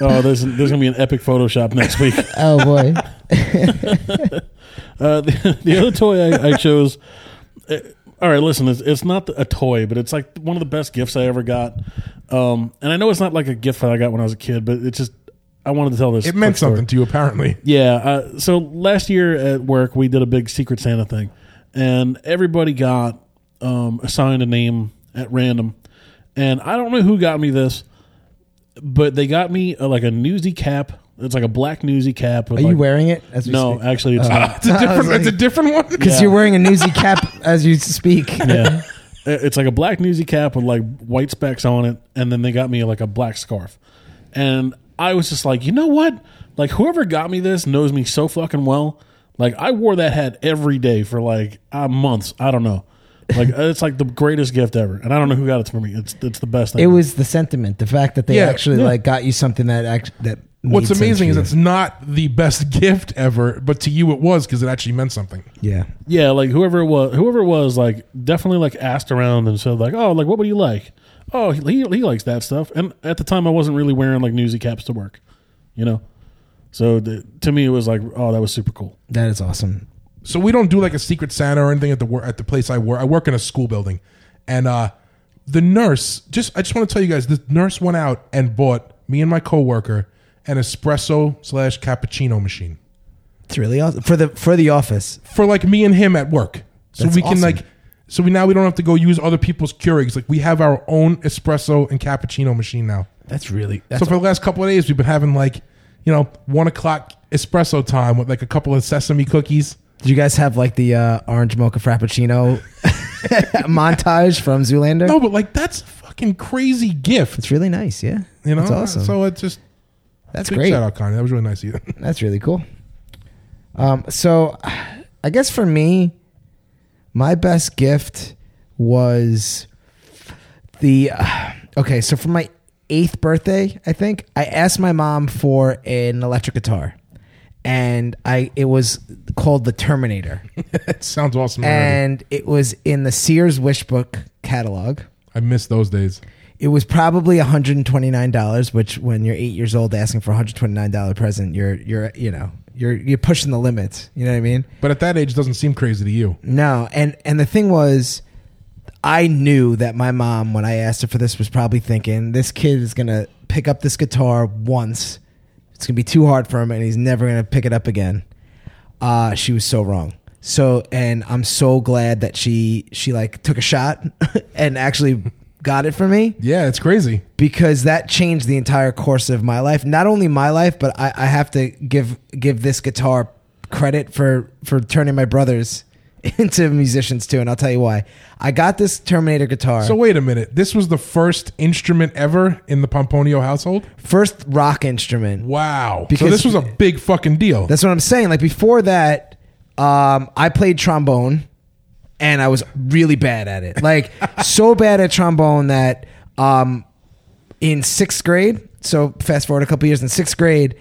[SPEAKER 5] Oh, there's there's gonna be an epic Photoshop next week.
[SPEAKER 4] Oh boy.
[SPEAKER 5] Uh, the, the other toy I, I chose. uh, all right, listen, it's, it's not a toy, but it's like one of the best gifts I ever got. Um, and I know it's not like a gift that I got when I was a kid, but it's just I wanted to tell this.
[SPEAKER 3] It meant
[SPEAKER 5] quick story.
[SPEAKER 3] something to you, apparently.
[SPEAKER 5] Yeah. Uh, so last year at work, we did a big Secret Santa thing, and everybody got um, assigned a name at random. And I don't know who got me this, but they got me uh like a newsy cap. It's like a black newsy cap. With
[SPEAKER 4] Are
[SPEAKER 5] like,
[SPEAKER 4] you wearing it? As we
[SPEAKER 5] No,
[SPEAKER 4] speak?
[SPEAKER 5] actually, it's not.
[SPEAKER 3] It's a different. it's a different one.
[SPEAKER 4] Because you're wearing a newsy cap as you speak.
[SPEAKER 5] yeah. It- It's like a black newsy cap with like white specks on it, and then they got me like a black scarf. And I was just like, you know what? Like whoever got me this knows me so fucking well. Like I wore that hat every day for like uh, months. I don't know. Like it's like the greatest gift ever, and I don't know who got it for me. It's it's the best thing.
[SPEAKER 4] It was the sentiment, the fact that they
[SPEAKER 3] Yeah,
[SPEAKER 4] actually
[SPEAKER 3] yeah.
[SPEAKER 4] like got you something that act that.
[SPEAKER 3] What's
[SPEAKER 4] made sense
[SPEAKER 3] amazing
[SPEAKER 4] for
[SPEAKER 3] is
[SPEAKER 4] you.
[SPEAKER 3] it's not the best gift ever, but to you it was because it actually meant something.
[SPEAKER 4] yeah.
[SPEAKER 5] Yeah, like whoever it was, whoever it was, like definitely like asked around and said like, oh, like what would you like? Oh, he he likes that stuff. And at the time, I wasn't really wearing like newsy caps to work, you know. So the, to me, it was like, oh, that was super cool.
[SPEAKER 4] That is awesome.
[SPEAKER 3] so we don't do like a secret Santa or anything at the wor- at the place I work. I work in a school building, and uh, the nurse just I just want to tell you guys the nurse went out and bought me and my coworker an espresso slash cappuccino machine
[SPEAKER 4] It's really awesome for the for the office.
[SPEAKER 3] for like me and him at work, so
[SPEAKER 4] That's
[SPEAKER 3] we can
[SPEAKER 4] awesome.
[SPEAKER 3] like so we now we don't have to go use other people's Keurigs. Like we have our own espresso and cappuccino machine now.
[SPEAKER 4] That's really
[SPEAKER 3] so
[SPEAKER 4] that's
[SPEAKER 3] for the last couple of days we've been having like you know one o'clock espresso time with like a couple of sesame cookies.
[SPEAKER 4] Did you guys have like the uh, orange mocha frappuccino montage from Zoolander?
[SPEAKER 3] No, but like that's a fucking crazy gift.
[SPEAKER 4] It's really nice. Yeah,
[SPEAKER 3] You know,
[SPEAKER 4] that's awesome.
[SPEAKER 3] So it's just
[SPEAKER 4] that's
[SPEAKER 3] big
[SPEAKER 4] great.
[SPEAKER 3] shout out, Connie. That was really nice of you.
[SPEAKER 4] That's really cool. Um, so, I guess for me, my best gift was the. uh, okay, so for my eighth birthday, I think I asked my mom for an electric guitar, and I it was called the Terminator,
[SPEAKER 3] That sounds awesome. already.
[SPEAKER 4] and it was in the Sears Wish Book catalog.
[SPEAKER 3] I miss those days.
[SPEAKER 4] It was probably $129, which when you're eight years old asking for a $129 present, you're you're you know, you're you're pushing the limits. You know what I mean?
[SPEAKER 3] But at that age, it doesn't seem crazy to you.
[SPEAKER 4] No, and and the thing was, I knew that my mom, when I asked her for this, was probably thinking this kid is gonna pick up this guitar once. It's gonna be too hard for him, and he's never gonna pick it up again. Uh, she was so wrong. So, and I'm so glad that she she like took a shot and actually got it for me
[SPEAKER 3] Yeah, it's crazy.
[SPEAKER 4] because that changed the entire course of my life. Not only my life, but I, I have to give give this guitar credit for for turning my brothers into musicians too, and I'll tell you why. I got this Terminator guitar,
[SPEAKER 3] So wait a minute. This was the first instrument ever in the Pomponio household.
[SPEAKER 4] first rock instrument.
[SPEAKER 3] Wow. so
[SPEAKER 4] Because-
[SPEAKER 3] this was a big fucking deal.
[SPEAKER 4] That's what I'm saying. Like before that, um, I played trombone, and I was really bad at it. Like so bad at trombone that um, in sixth grade. So fast forward a couple years in sixth grade,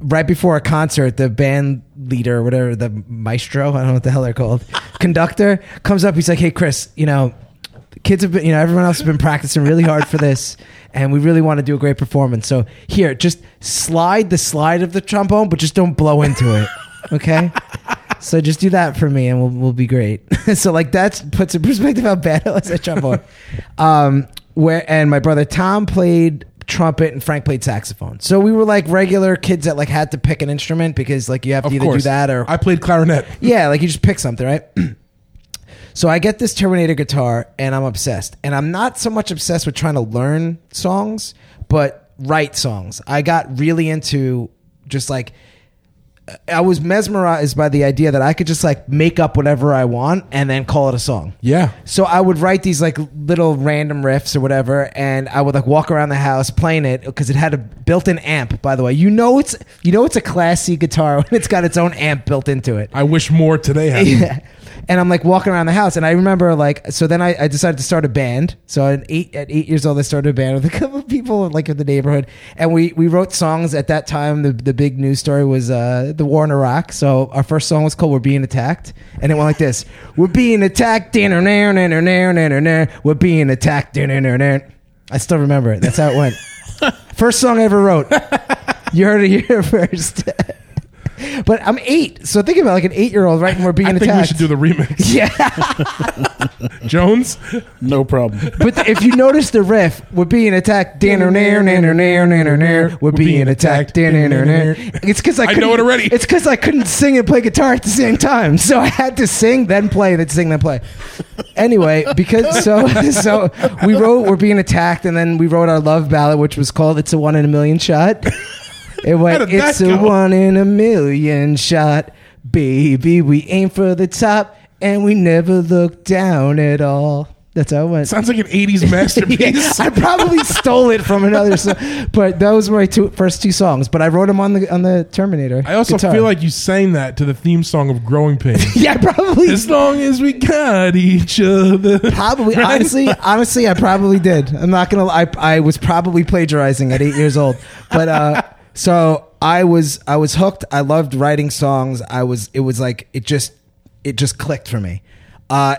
[SPEAKER 4] right before a concert, the band leader, or whatever the maestro, I don't know what the hell they're called, conductor comes up. He's like, "Hey, Chris, you know." the Kids have been, you know, everyone else has been practicing really hard for this, and we really want to do a great performance. So here, just slide the slide of the trombone, but just don't blow into it, okay? So just do that for me, and we'll we'll be great. so like that puts in perspective how bad I was at trombone. um, where and my brother Tom played trumpet and Frank played saxophone. So we were like regular kids that like had to pick an instrument because like you have to
[SPEAKER 3] of
[SPEAKER 4] either
[SPEAKER 3] course.
[SPEAKER 4] do that or
[SPEAKER 3] I played clarinet.
[SPEAKER 4] yeah, like you just pick something, right? so I get this Terminator guitar and I'm obsessed. And I'm not so much obsessed with trying to learn songs, but write songs. I got really into just like I was mesmerized by the idea that I could just like make up whatever I want and then call it a song.
[SPEAKER 3] Yeah.
[SPEAKER 4] So I would write these like little random riffs or whatever, and I would like walk around the house playing it because it had a built-in amp. By the way, you know it's you know it's a classy guitar when it's got its own amp built into it.
[SPEAKER 3] I wish more today happened.
[SPEAKER 4] Yeah. And I'm like walking around the house, and I remember like so. Then I, I decided to start a band. So at eight at eight years old, I started a band with a couple of people like in the neighborhood, and we we wrote songs. At that time, the the big news story was uh, the war in Iraq. So our first song was called "We're Being Attacked," and it went like this: "We're being attacked, dinner, dinner, dinner, dinner, dinner. We're being attacked, dinner, dinner, dinner." I still remember it. That's how it went. First song I ever wrote. You heard it here first. but I'm eight, so think about it, like an eight-year-old, right? And we're being
[SPEAKER 3] I think
[SPEAKER 4] attacked.
[SPEAKER 3] we should do the remix.
[SPEAKER 4] yeah,
[SPEAKER 3] Jones,
[SPEAKER 5] No problem.
[SPEAKER 4] but the- if you notice the riff, we're being attacked. Danner, nair, nair, nair, nair, nair. We're being attacked. Danner, nair, nair. It's because I
[SPEAKER 3] know
[SPEAKER 4] couldn't-
[SPEAKER 3] it already.
[SPEAKER 4] It's because I couldn't sing and play guitar at the same time, so I had to sing, then play, then sing, then play. Anyway, because so so we wrote "We're Being Attacked" and then we wrote our love ballad, which was called "It's a One in a Million Shot." It
[SPEAKER 3] How
[SPEAKER 4] went,
[SPEAKER 3] did that
[SPEAKER 4] "It's a
[SPEAKER 3] go?"
[SPEAKER 4] one in a million shot, baby. We aim for the top, and we never look down at all." That's how it went.
[SPEAKER 3] sounds like an '80s masterpiece.
[SPEAKER 4] I probably stole it from another song, but those were my two first two songs. But I wrote them on the on the Terminator.
[SPEAKER 3] I also
[SPEAKER 4] guitar.
[SPEAKER 3] feel like you sang that to the theme song of Growing Pains.
[SPEAKER 4] yeah, probably,
[SPEAKER 3] as long as we got each other.
[SPEAKER 4] probably. Honestly, honestly, I probably did. I'm not gonna. lie. I I was probably plagiarizing at eight years old, but uh, so I was I was hooked. I loved writing songs. I was it was like it just it just clicked for me. Uh,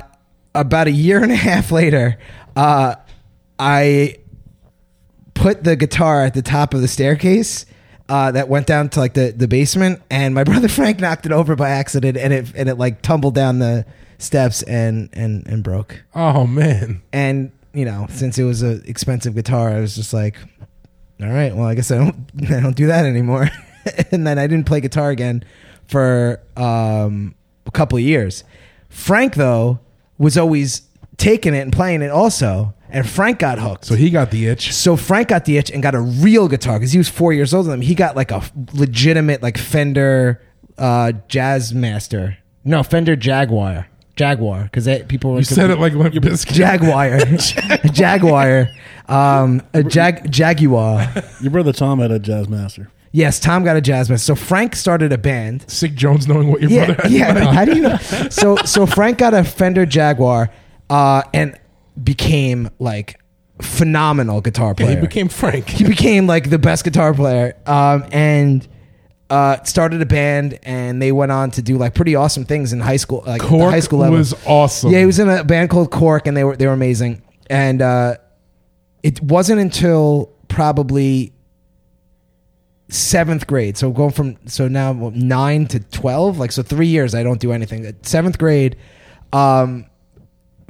[SPEAKER 4] about a year and a half later, uh, I put the guitar at the top of the staircase uh, that went down to like the, the basement, and my brother Frank knocked it over by accident, and it and it like tumbled down the steps and and and broke.
[SPEAKER 3] Oh man,
[SPEAKER 4] And you know, since it was an expensive guitar, I was just like, all right, well, I guess I don't I don't do that anymore. and then I didn't play guitar again for um, a couple of years. Frank though was always taking it and playing it also, and Frank got hooked.
[SPEAKER 3] so he got the itch.
[SPEAKER 4] So Frank got the itch and got a real guitar because he was four years older than him. He got like a f- legitimate like Fender uh, Jazz Master. No, Fender Jaguar. Jaguar because people were
[SPEAKER 3] You said it like Limp Bizkit.
[SPEAKER 4] Jaguar. Jaguar. Um, a jag- Jaguar.
[SPEAKER 5] Your brother Tom had a jazz master.
[SPEAKER 4] Yes, Tom got a jazz master. So Frank started a band.
[SPEAKER 3] Sick Jones knowing what your
[SPEAKER 4] Yeah,
[SPEAKER 3] brother had.
[SPEAKER 4] yeah.
[SPEAKER 3] like.
[SPEAKER 4] How do you know? So, so Frank got a Fender Jaguar, uh, and became like phenomenal guitar player.
[SPEAKER 3] he became Frank.
[SPEAKER 4] he became like the best guitar player um, and uh, started a band and they went on to do like pretty awesome things in high school like at the
[SPEAKER 3] Cork
[SPEAKER 4] high school level
[SPEAKER 3] was awesome.
[SPEAKER 4] yeah he was in a band called cork and they were they were amazing and uh, it wasn't until probably seventh grade so going from so now what, nine to 12 like so three years i don't do anything At seventh grade um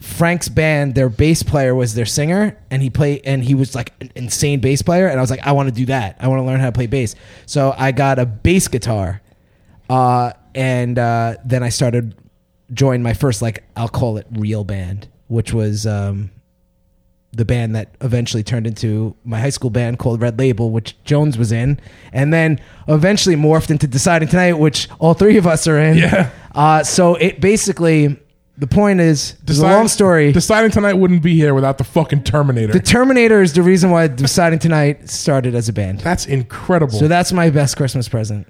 [SPEAKER 4] Frank's band, their bass player was their singer, and he played, and he was like an insane bass player. And I was like, I want to do that. I want to learn how to play bass. So I got a bass guitar, uh, and uh, then I started joined my first like I'll call it real band, which was um, the band that eventually turned into my high school band called Red Label, which Jones was in, and then eventually morphed into Deciding Tonight, which all three of us are in.
[SPEAKER 3] Yeah.
[SPEAKER 4] Uh, so it basically. The point is, it's a
[SPEAKER 3] Deciding-
[SPEAKER 4] long story.
[SPEAKER 3] Deciding tonight wouldn't be here without the fucking Terminator.
[SPEAKER 4] The Terminator is the reason why Deciding Tonight started as a band.
[SPEAKER 3] that's incredible.
[SPEAKER 4] So
[SPEAKER 3] So,
[SPEAKER 4] that's my best Christmas present.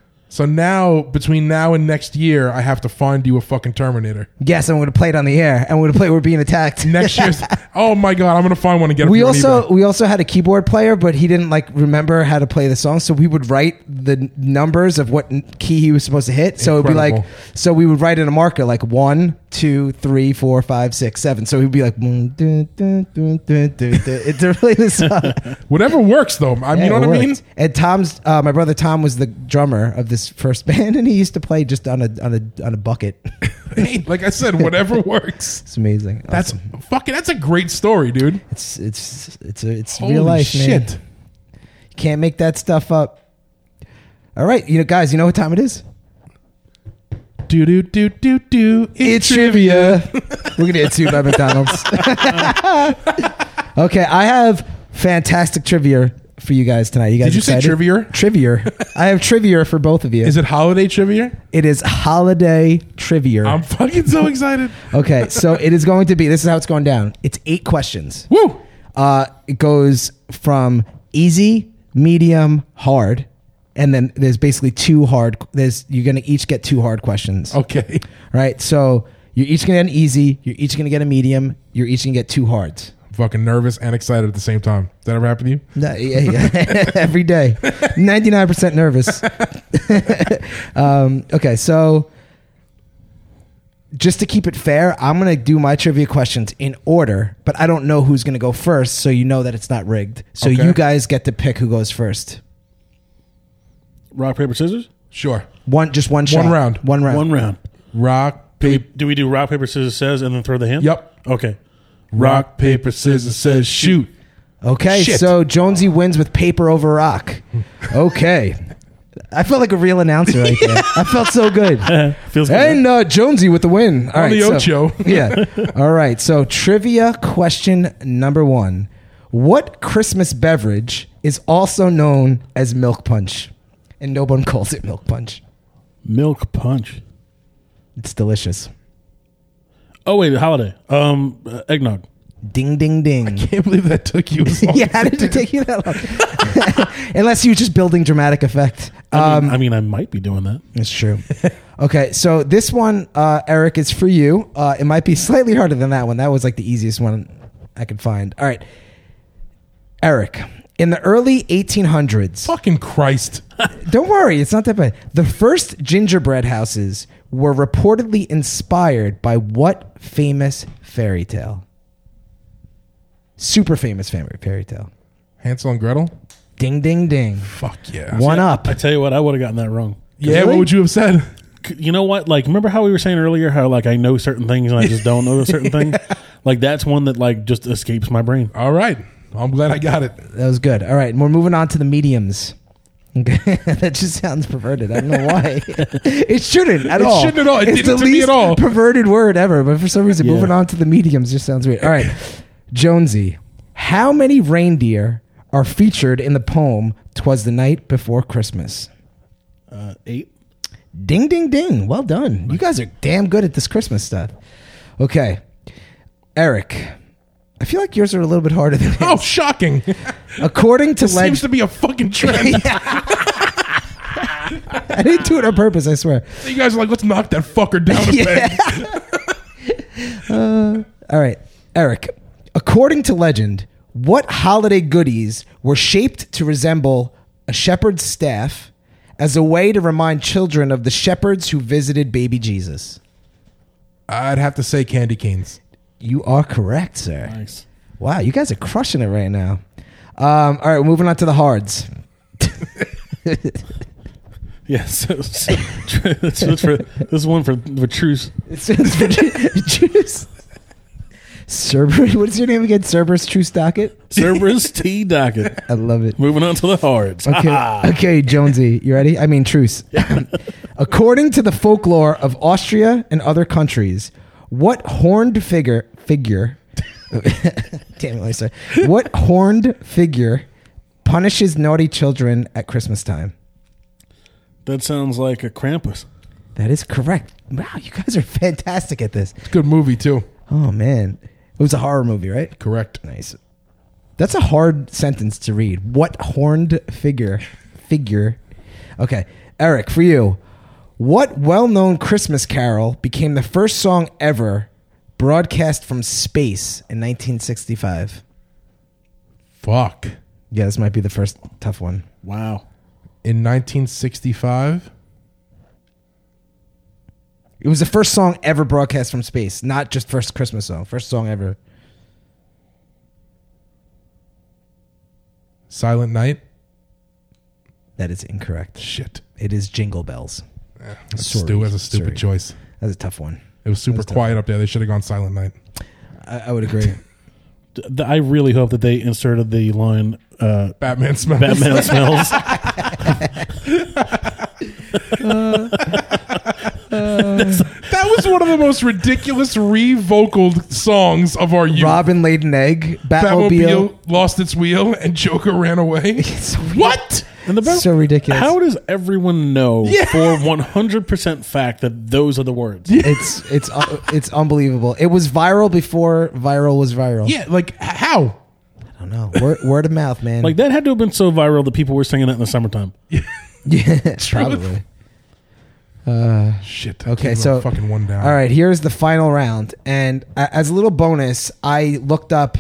[SPEAKER 3] now, between now and next year, I have to find you a fucking Terminator.
[SPEAKER 4] Yes, I'm going to play it on the air, and we're going to play "We're Being Attacked."
[SPEAKER 3] Next year's. oh my god, I'm gonna find one and get it. for
[SPEAKER 4] we
[SPEAKER 3] you on
[SPEAKER 4] also
[SPEAKER 3] eBay.
[SPEAKER 4] we also had a keyboard player, but he didn't like remember how to play the song, so we would write the n- numbers of what n- key he was supposed to hit. So it'd be like,
[SPEAKER 3] Incredible.
[SPEAKER 4] so we would write in a marker like one, two, three, four, five, six, seven. So he'd be like, "Mm, dun, dun, dun, dun, dun, dun." it's a really the song.
[SPEAKER 3] whatever works though. I mean, you know
[SPEAKER 4] Yeah,
[SPEAKER 3] what
[SPEAKER 4] it
[SPEAKER 3] I mean?
[SPEAKER 4] worked. And Tom's, uh, my brother Tom was the drummer of this first band, and he used to play just on a on a on a bucket.
[SPEAKER 3] Hey, like I said, whatever works.
[SPEAKER 4] It's amazing.
[SPEAKER 3] That's
[SPEAKER 4] Awesome.
[SPEAKER 3] fucking. That's a great story, dude.
[SPEAKER 4] it's it's it's a, it's
[SPEAKER 3] Holy
[SPEAKER 4] real life. man.
[SPEAKER 3] shit.
[SPEAKER 4] You can't make that stuff up. All right, you know, guys, you know what time it is?
[SPEAKER 3] Do do do do do. It's
[SPEAKER 4] trivia. We're gonna get two by McDonald's. okay, I have fantastic trivia for you guys tonight. You guys,
[SPEAKER 3] Did you say
[SPEAKER 4] excited?
[SPEAKER 3] trivia?
[SPEAKER 4] Trivia. I have trivia for both of you.
[SPEAKER 3] Is it holiday trivia?
[SPEAKER 4] it is holiday trivia.
[SPEAKER 3] I'm fucking so excited.
[SPEAKER 4] Okay, so it is going to be. This is how it's going down. It's eight questions.
[SPEAKER 3] Woo!
[SPEAKER 4] Uh, it goes from easy, medium, hard, and then there's basically two hard. There's you're gonna each get two hard questions.
[SPEAKER 3] Okay.
[SPEAKER 4] Right. So you're each gonna get an easy. You're each gonna get a medium. You're each gonna get two hards.
[SPEAKER 3] I'm fucking nervous and excited at the same time. That ever happen to you?
[SPEAKER 4] No, yeah, yeah. Every day, ninety nine percent nervous. um, okay, so just to keep it fair, I'm gonna do my trivia questions in order, but I don't know who's gonna go first, so you know that it's not rigged. So
[SPEAKER 3] Okay.
[SPEAKER 4] you guys get to pick who goes first.
[SPEAKER 5] Rock, paper, scissors?
[SPEAKER 3] Sure.
[SPEAKER 4] One, just one shot.
[SPEAKER 3] round.
[SPEAKER 4] One round.
[SPEAKER 5] One round.
[SPEAKER 3] Rock, paper,
[SPEAKER 5] Do we do rock, paper, scissors, says, and then throw the hand?
[SPEAKER 3] Yep.
[SPEAKER 5] Okay.
[SPEAKER 3] rock, paper, scissors says shoot.
[SPEAKER 4] Okay,
[SPEAKER 3] Shit.
[SPEAKER 4] so Jonesy wins with paper over rock. Okay. I felt like a real announcer right there. I felt so good.
[SPEAKER 5] Eh, Feels good.
[SPEAKER 4] And uh, Jonesy with the win. All right,
[SPEAKER 3] the
[SPEAKER 4] so-
[SPEAKER 3] Ocho.
[SPEAKER 4] yeah. All right. So trivia question number one: What Christmas beverage is also known as milk punch, and no one calls it milk punch?
[SPEAKER 5] Milk punch.
[SPEAKER 4] It's delicious.
[SPEAKER 5] Oh, wait, holiday. Um, uh, Eggnog.
[SPEAKER 4] Ding ding ding.
[SPEAKER 3] Can't believe that took you. As long.
[SPEAKER 4] Yeah, how did it take you that long? Unless you're just building dramatic effect.
[SPEAKER 5] I
[SPEAKER 4] Um,
[SPEAKER 5] mean, I mean, I might be doing that.
[SPEAKER 4] It's true. okay, so this one, uh, Eric, is for you. Uh, it might be slightly harder than that one. That was like the easiest one I could find. All right, Eric. In the early 1800s,
[SPEAKER 3] Fucking Christ.
[SPEAKER 4] don't worry, it's not that bad. The first gingerbread houses were reportedly inspired by what famous fairy tale? Super famous family fairy tale.
[SPEAKER 3] Hansel and Gretel.
[SPEAKER 4] Ding, ding, ding.
[SPEAKER 3] Fuck yeah.
[SPEAKER 4] One up.
[SPEAKER 5] I tell you what, I would have gotten that wrong.
[SPEAKER 3] Yeah.
[SPEAKER 4] Really?
[SPEAKER 3] What would you have said?
[SPEAKER 5] C- You know what? Like, remember how we were saying earlier how, like, I know certain things and I just don't know certain things? Like, that's one that, like, just escapes my brain.
[SPEAKER 3] All right. I'm glad I got it.
[SPEAKER 4] That was good. All right, and we're moving on to the mediums. Okay. that just sounds perverted. I don't know why. it shouldn't at
[SPEAKER 3] It
[SPEAKER 4] all.
[SPEAKER 3] shouldn't at all. It
[SPEAKER 4] it's
[SPEAKER 3] didn't
[SPEAKER 4] the
[SPEAKER 3] to me
[SPEAKER 4] least
[SPEAKER 3] at all.
[SPEAKER 4] perverted word ever. But for some reason,
[SPEAKER 5] Yeah.
[SPEAKER 4] moving on to the mediums just sounds weird. All right, Jonesy, how many reindeer are featured in the poem "Twas the Night Before Christmas"?
[SPEAKER 5] Uh, eight.
[SPEAKER 4] Ding, ding, ding. Well done. You guys are damn good at this Christmas stuff. Okay, Eric, I feel like yours are a little bit harder than
[SPEAKER 3] Oh,
[SPEAKER 4] his.
[SPEAKER 3] shocking.
[SPEAKER 4] According to legend,
[SPEAKER 3] Seems to be a fucking trend.
[SPEAKER 4] I didn't do it on purpose. I swear.
[SPEAKER 3] You guys are like, let's knock that fucker down a peg.
[SPEAKER 4] Uh, All right, Eric. According to legend, what holiday goodies were shaped to resemble a shepherd's staff as a way to remind children of the shepherds who visited baby Jesus?
[SPEAKER 3] I'd have to say candy canes.
[SPEAKER 4] You are correct, sir.
[SPEAKER 5] Nice.
[SPEAKER 4] Wow, you guys are crushing it right now. Um, all right, we're moving on to the hards.
[SPEAKER 5] Yes. Yeah, so- so- this, is for, this is one for, for truce.
[SPEAKER 4] It stands for Judas. Cerberus. What's your name again? Cerberus True Stocket?
[SPEAKER 5] Cerberus T Docket.
[SPEAKER 4] I love it.
[SPEAKER 5] Moving on to the Ah, hards.
[SPEAKER 4] Okay, okay, Jonesy, you ready? I mean, truce. According to the folklore of Austria and other countries, what horned figure figure? damn it, let me start. What horned figure punishes naughty children at Christmas time?
[SPEAKER 5] That sounds like a Krampus.
[SPEAKER 4] That is correct. Wow, you guys are fantastic at this.
[SPEAKER 3] Good movie, too.
[SPEAKER 4] Oh man, it was a horror movie, right?
[SPEAKER 3] Correct.
[SPEAKER 4] Nice. That's a hard sentence to read. What horned figure? Figure. Okay. Eric, for you, what well known Christmas carol became the first song ever broadcast from space in 1965?
[SPEAKER 3] Fuck.
[SPEAKER 4] Yeah, this might be the first tough one.
[SPEAKER 5] Wow.
[SPEAKER 3] In 1965,
[SPEAKER 4] It was the first song ever broadcast from space, not just first Christmas song, first song ever.
[SPEAKER 3] Silent Night.
[SPEAKER 4] That is incorrect.
[SPEAKER 3] Shit. Eh,
[SPEAKER 4] It is Jingle Bells.
[SPEAKER 3] That's
[SPEAKER 4] Sorry.
[SPEAKER 3] Stu was a stupid
[SPEAKER 4] Sorry.
[SPEAKER 3] choice.
[SPEAKER 4] That's a tough one.
[SPEAKER 3] It was super
[SPEAKER 4] was tough.
[SPEAKER 3] quiet up there. They should have gone Silent Night.
[SPEAKER 4] I, I would agree.
[SPEAKER 5] D- th- I really hope that they inserted the line uh,
[SPEAKER 3] Batman smells.
[SPEAKER 5] Batman smells.
[SPEAKER 3] That was one of the most ridiculous re-vocaled songs of our youth.
[SPEAKER 4] Robin laid an egg. Batmobile.
[SPEAKER 3] Batmobile lost its wheel and Joker ran away.
[SPEAKER 4] It's so weird.
[SPEAKER 3] what?
[SPEAKER 5] And the best-
[SPEAKER 4] So ridiculous.
[SPEAKER 5] How does everyone know
[SPEAKER 3] Yeah.
[SPEAKER 5] for 100% fact that those are the words?
[SPEAKER 4] It's it's uh, it's unbelievable. It was viral before viral was viral.
[SPEAKER 3] Yeah, like h- how?
[SPEAKER 4] I don't know. Word, word of mouth, man.
[SPEAKER 5] Like, that had to have been so viral that people were singing that in the summertime.
[SPEAKER 4] yeah, probably.
[SPEAKER 3] Shit.
[SPEAKER 4] Okay,
[SPEAKER 3] Keep
[SPEAKER 4] so
[SPEAKER 3] it fucking one down.
[SPEAKER 4] All right, here's the final round, and uh, as a little bonus, I looked up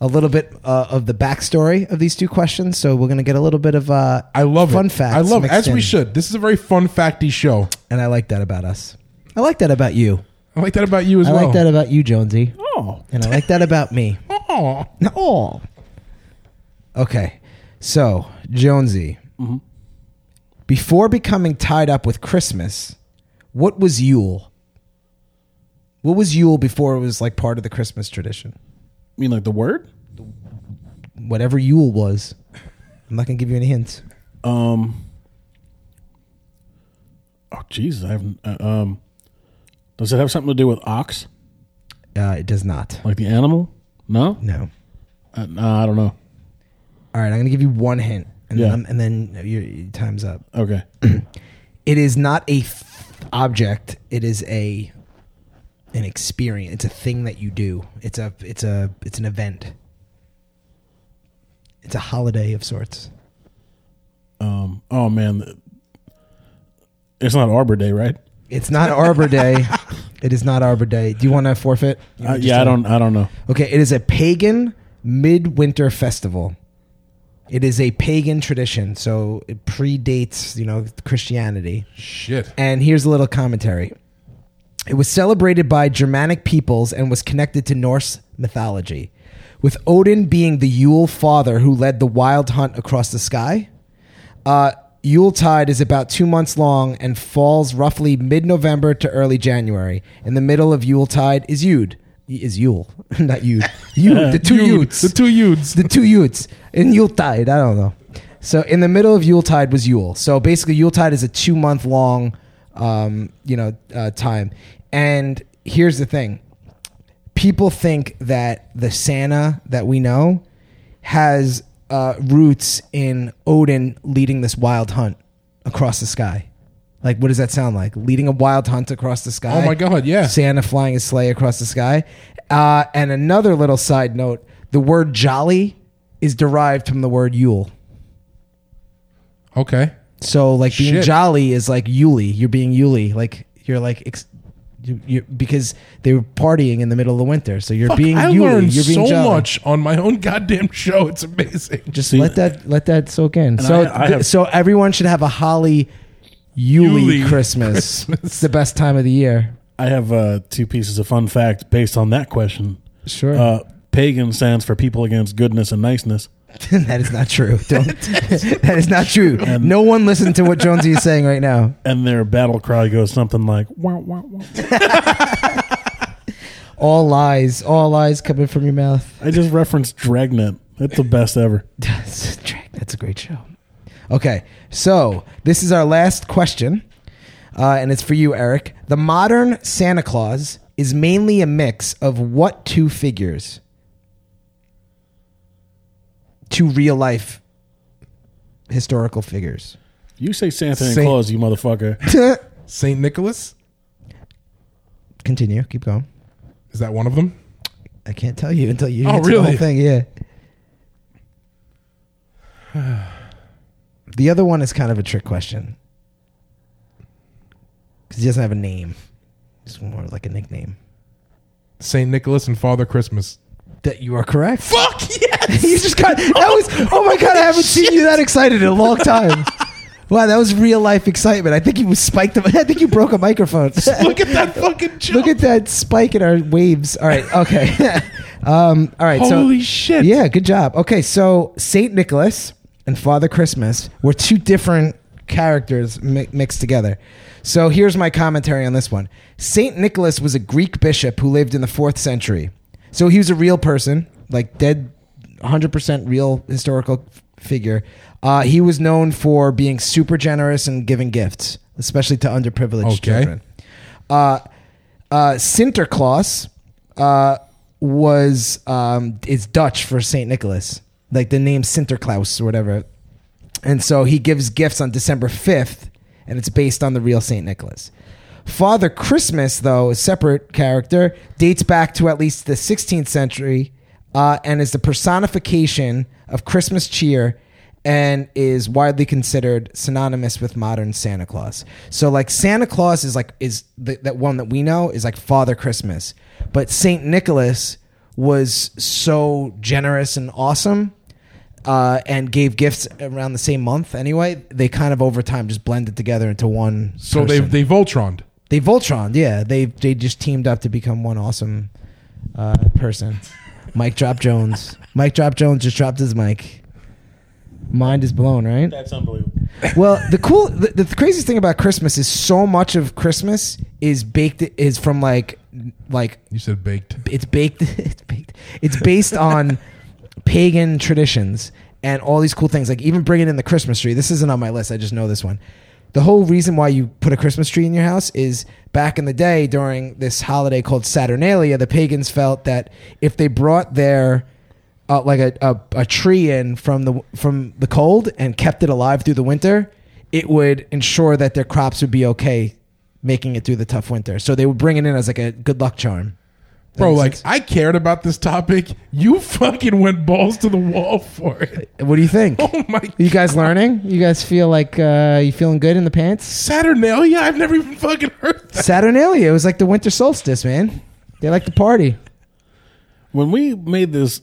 [SPEAKER 4] a little bit uh, of the backstory of these two questions, so we're gonna get a little bit of uh,
[SPEAKER 3] I love
[SPEAKER 4] fun
[SPEAKER 3] it.
[SPEAKER 4] facts.
[SPEAKER 3] I love it.
[SPEAKER 4] mixed
[SPEAKER 3] As we
[SPEAKER 4] in.
[SPEAKER 3] should. This is a very fun facty show.
[SPEAKER 4] and I like that about us. I like that about you.
[SPEAKER 3] I like that about you as
[SPEAKER 4] I
[SPEAKER 3] well.
[SPEAKER 4] like that about you, Jonesy,
[SPEAKER 5] Oh.
[SPEAKER 4] and I like that about me.
[SPEAKER 3] Aw.
[SPEAKER 4] No. Okay. So, Jonesy, Before becoming tied up with Christmas, what was Yule? What was Yule before it was like part of the Christmas tradition?
[SPEAKER 5] mean like the word?
[SPEAKER 4] Whatever Yule was. I'm not going to give you any hints.
[SPEAKER 5] Um. Oh Jesus! I haven't. Uh, um. Does it have something to do with ox,
[SPEAKER 4] Uh, it does not.
[SPEAKER 5] like the animal? No.
[SPEAKER 4] No.
[SPEAKER 5] Uh, no, I don't know.
[SPEAKER 4] All right, I'm going to give you one hint, and
[SPEAKER 5] Yeah.
[SPEAKER 4] then, and then your, your time's up.
[SPEAKER 5] Okay.
[SPEAKER 4] It is not a th- object. It is a an experience. It's a thing that you do. It's a it's a it's an event. It's a holiday of sorts.
[SPEAKER 5] Um. Oh man. It's not Arbor Day, right?
[SPEAKER 4] It's not Arbor Day. it is not Arbor Day. Do you want to forfeit? You
[SPEAKER 5] Uh,
[SPEAKER 4] just
[SPEAKER 5] yeah, I don't. I don't know.
[SPEAKER 4] Okay, it is a pagan midwinter festival. It is a pagan tradition, so it predates, you know, Christianity.
[SPEAKER 3] Shit.
[SPEAKER 4] And here's a little commentary. It was celebrated by Germanic peoples and was connected to Norse mythology, with Odin being the Yule father who led the wild hunt across the sky. Uh, Yuletide is about two months long and falls roughly mid November to early January. In the middle of Yuletide is Yule. Is Yule, not Yule. Yule, the two
[SPEAKER 3] Yude,
[SPEAKER 4] Utes
[SPEAKER 3] The two Udes.
[SPEAKER 4] the two Utes in Yuletide. I don't know. So in the middle of Yuletide was Yule. So basically, Yuletide is a two month long, um, you know, uh, time. And here's the thing: people think that the Santa that we know has uh, roots in Odin leading this wild hunt across the sky. Like, what does that sound like? Leading a wild hunt across the sky.
[SPEAKER 3] Oh my God, yeah.
[SPEAKER 4] Santa flying his sleigh across the sky. Uh, and another little side note the word jolly is derived from the word Yule.
[SPEAKER 3] Okay.
[SPEAKER 4] So, like, being
[SPEAKER 3] Shit.
[SPEAKER 4] jolly is like Yuli. You're being Yuli. Like, you're like, ex- you, you, because they were partying in the middle of the winter. So you're
[SPEAKER 3] Fuck,
[SPEAKER 4] being
[SPEAKER 3] I
[SPEAKER 4] Yuli.
[SPEAKER 3] learned
[SPEAKER 4] you're
[SPEAKER 3] so
[SPEAKER 4] being jolly.
[SPEAKER 3] much on my own goddamn show. It's amazing.
[SPEAKER 4] Just
[SPEAKER 5] See-
[SPEAKER 4] let that let that soak in. So
[SPEAKER 5] I- I
[SPEAKER 4] th-
[SPEAKER 5] have-
[SPEAKER 4] so everyone should have a holly Yuli,
[SPEAKER 3] Yuli
[SPEAKER 4] Christmas. It's the best time of the year.
[SPEAKER 5] I have uh, two pieces of fun fact based on that question.
[SPEAKER 4] Sure.
[SPEAKER 5] Uh, pagan stands for people against goodness and niceness.
[SPEAKER 4] that is not true. Don't, that is not true. no one listened to what Jonesy is saying right now.
[SPEAKER 5] and their battle cry goes something like "Wah, wah, wah."
[SPEAKER 4] All lies, all lies coming from your mouth.
[SPEAKER 5] i just referenced dragnet that's the best ever
[SPEAKER 4] Drag, That's a great show. Okay, so this is our last question, uh, and it's for you, Eric. The modern Santa Claus is mainly a mix of what two figures? Two real life historical figures.
[SPEAKER 5] you say santa and
[SPEAKER 4] Saint-
[SPEAKER 5] claus you motherfucker
[SPEAKER 3] St. Nicholas?
[SPEAKER 4] Continue. Keep going.
[SPEAKER 3] Is that one of them?
[SPEAKER 4] I can't tell you until you
[SPEAKER 3] Oh,
[SPEAKER 4] answer the
[SPEAKER 3] really?
[SPEAKER 4] whole thing. Yeah. the other one is kind of a trick question because he doesn't have a name. It's more like a nickname.
[SPEAKER 3] St. Nicholas and Father Christmas.
[SPEAKER 4] That you are correct.
[SPEAKER 3] Fuck yes!
[SPEAKER 4] you just got that was. Oh my god! I haven't seen you that excited in a long time. Wow, that was real life excitement. I think you was spiked. I think you broke a microphone.
[SPEAKER 3] Look at that fucking jump.
[SPEAKER 4] Look at that spike in our waves. All right. Okay. um, all right. so-
[SPEAKER 3] Holy shit.
[SPEAKER 4] yeah, good job. Okay, so Saint Nicholas and Father Christmas were two different characters mi- mixed together. So here's my commentary on this one. Saint Nicholas was a Greek bishop who lived in the 4th century. So he was a real person, like dead 100% real historical f- figure. Uh, he was known for being super generous and giving gifts, especially to underprivileged
[SPEAKER 3] Okay.
[SPEAKER 4] children uh, uh, Sinterklaas uh, was um, is Dutch for Saint Nicholas, like the name Sinterklaas or whatever. And so he gives gifts on December fifth, and it's based on the real Saint Nicholas. Father Christmas, though, a separate character, dates back to at least the 16th century, uh, and is the personification of Christmas cheer and is widely considered synonymous with modern Santa Claus. So like Santa Claus is like is the, that one that we know is like Father Christmas, but Saint Nicholas was so generous and awesome. Uh, and gave gifts around the same month anyway. They kind of over time just blended together into one.
[SPEAKER 3] So they
[SPEAKER 4] person.
[SPEAKER 3] they Voltroned.
[SPEAKER 4] They Voltron, yeah. They they just teamed up to become one awesome uh, person. Mike Drop Jones. Mike Drop Jones just dropped his mic. Mind is blown, right?
[SPEAKER 5] that's unbelievable
[SPEAKER 4] Well, the cool, the, the craziest thing about Christmas is so much of Christmas is baked is from like like
[SPEAKER 3] You said baked.
[SPEAKER 4] it's baked it's baked it's based on pagan traditions and all these cool things like even bringing in the christmas tree this isn't on my list i just know this one the whole reason why you put a christmas tree in your house is back in the day during this holiday called saturnalia the pagans felt that if they brought their uh, like a, a, a tree in from the from the cold and kept it alive through the winter it would ensure that their crops would be okay making it through the tough winter so they would bring it in as like a good luck charm
[SPEAKER 3] Bro,
[SPEAKER 4] makes
[SPEAKER 3] like
[SPEAKER 4] sense.
[SPEAKER 3] I cared about this topic. You fucking went balls to the wall for it.
[SPEAKER 4] What do you think?
[SPEAKER 3] Oh my
[SPEAKER 4] you guys learning? You guys feel like uh, you feeling good in the pants?
[SPEAKER 3] Saturnalia? I've never even fucking heard that.
[SPEAKER 4] Saturnalia. It was like the winter solstice, man. They like to party.
[SPEAKER 5] when we made this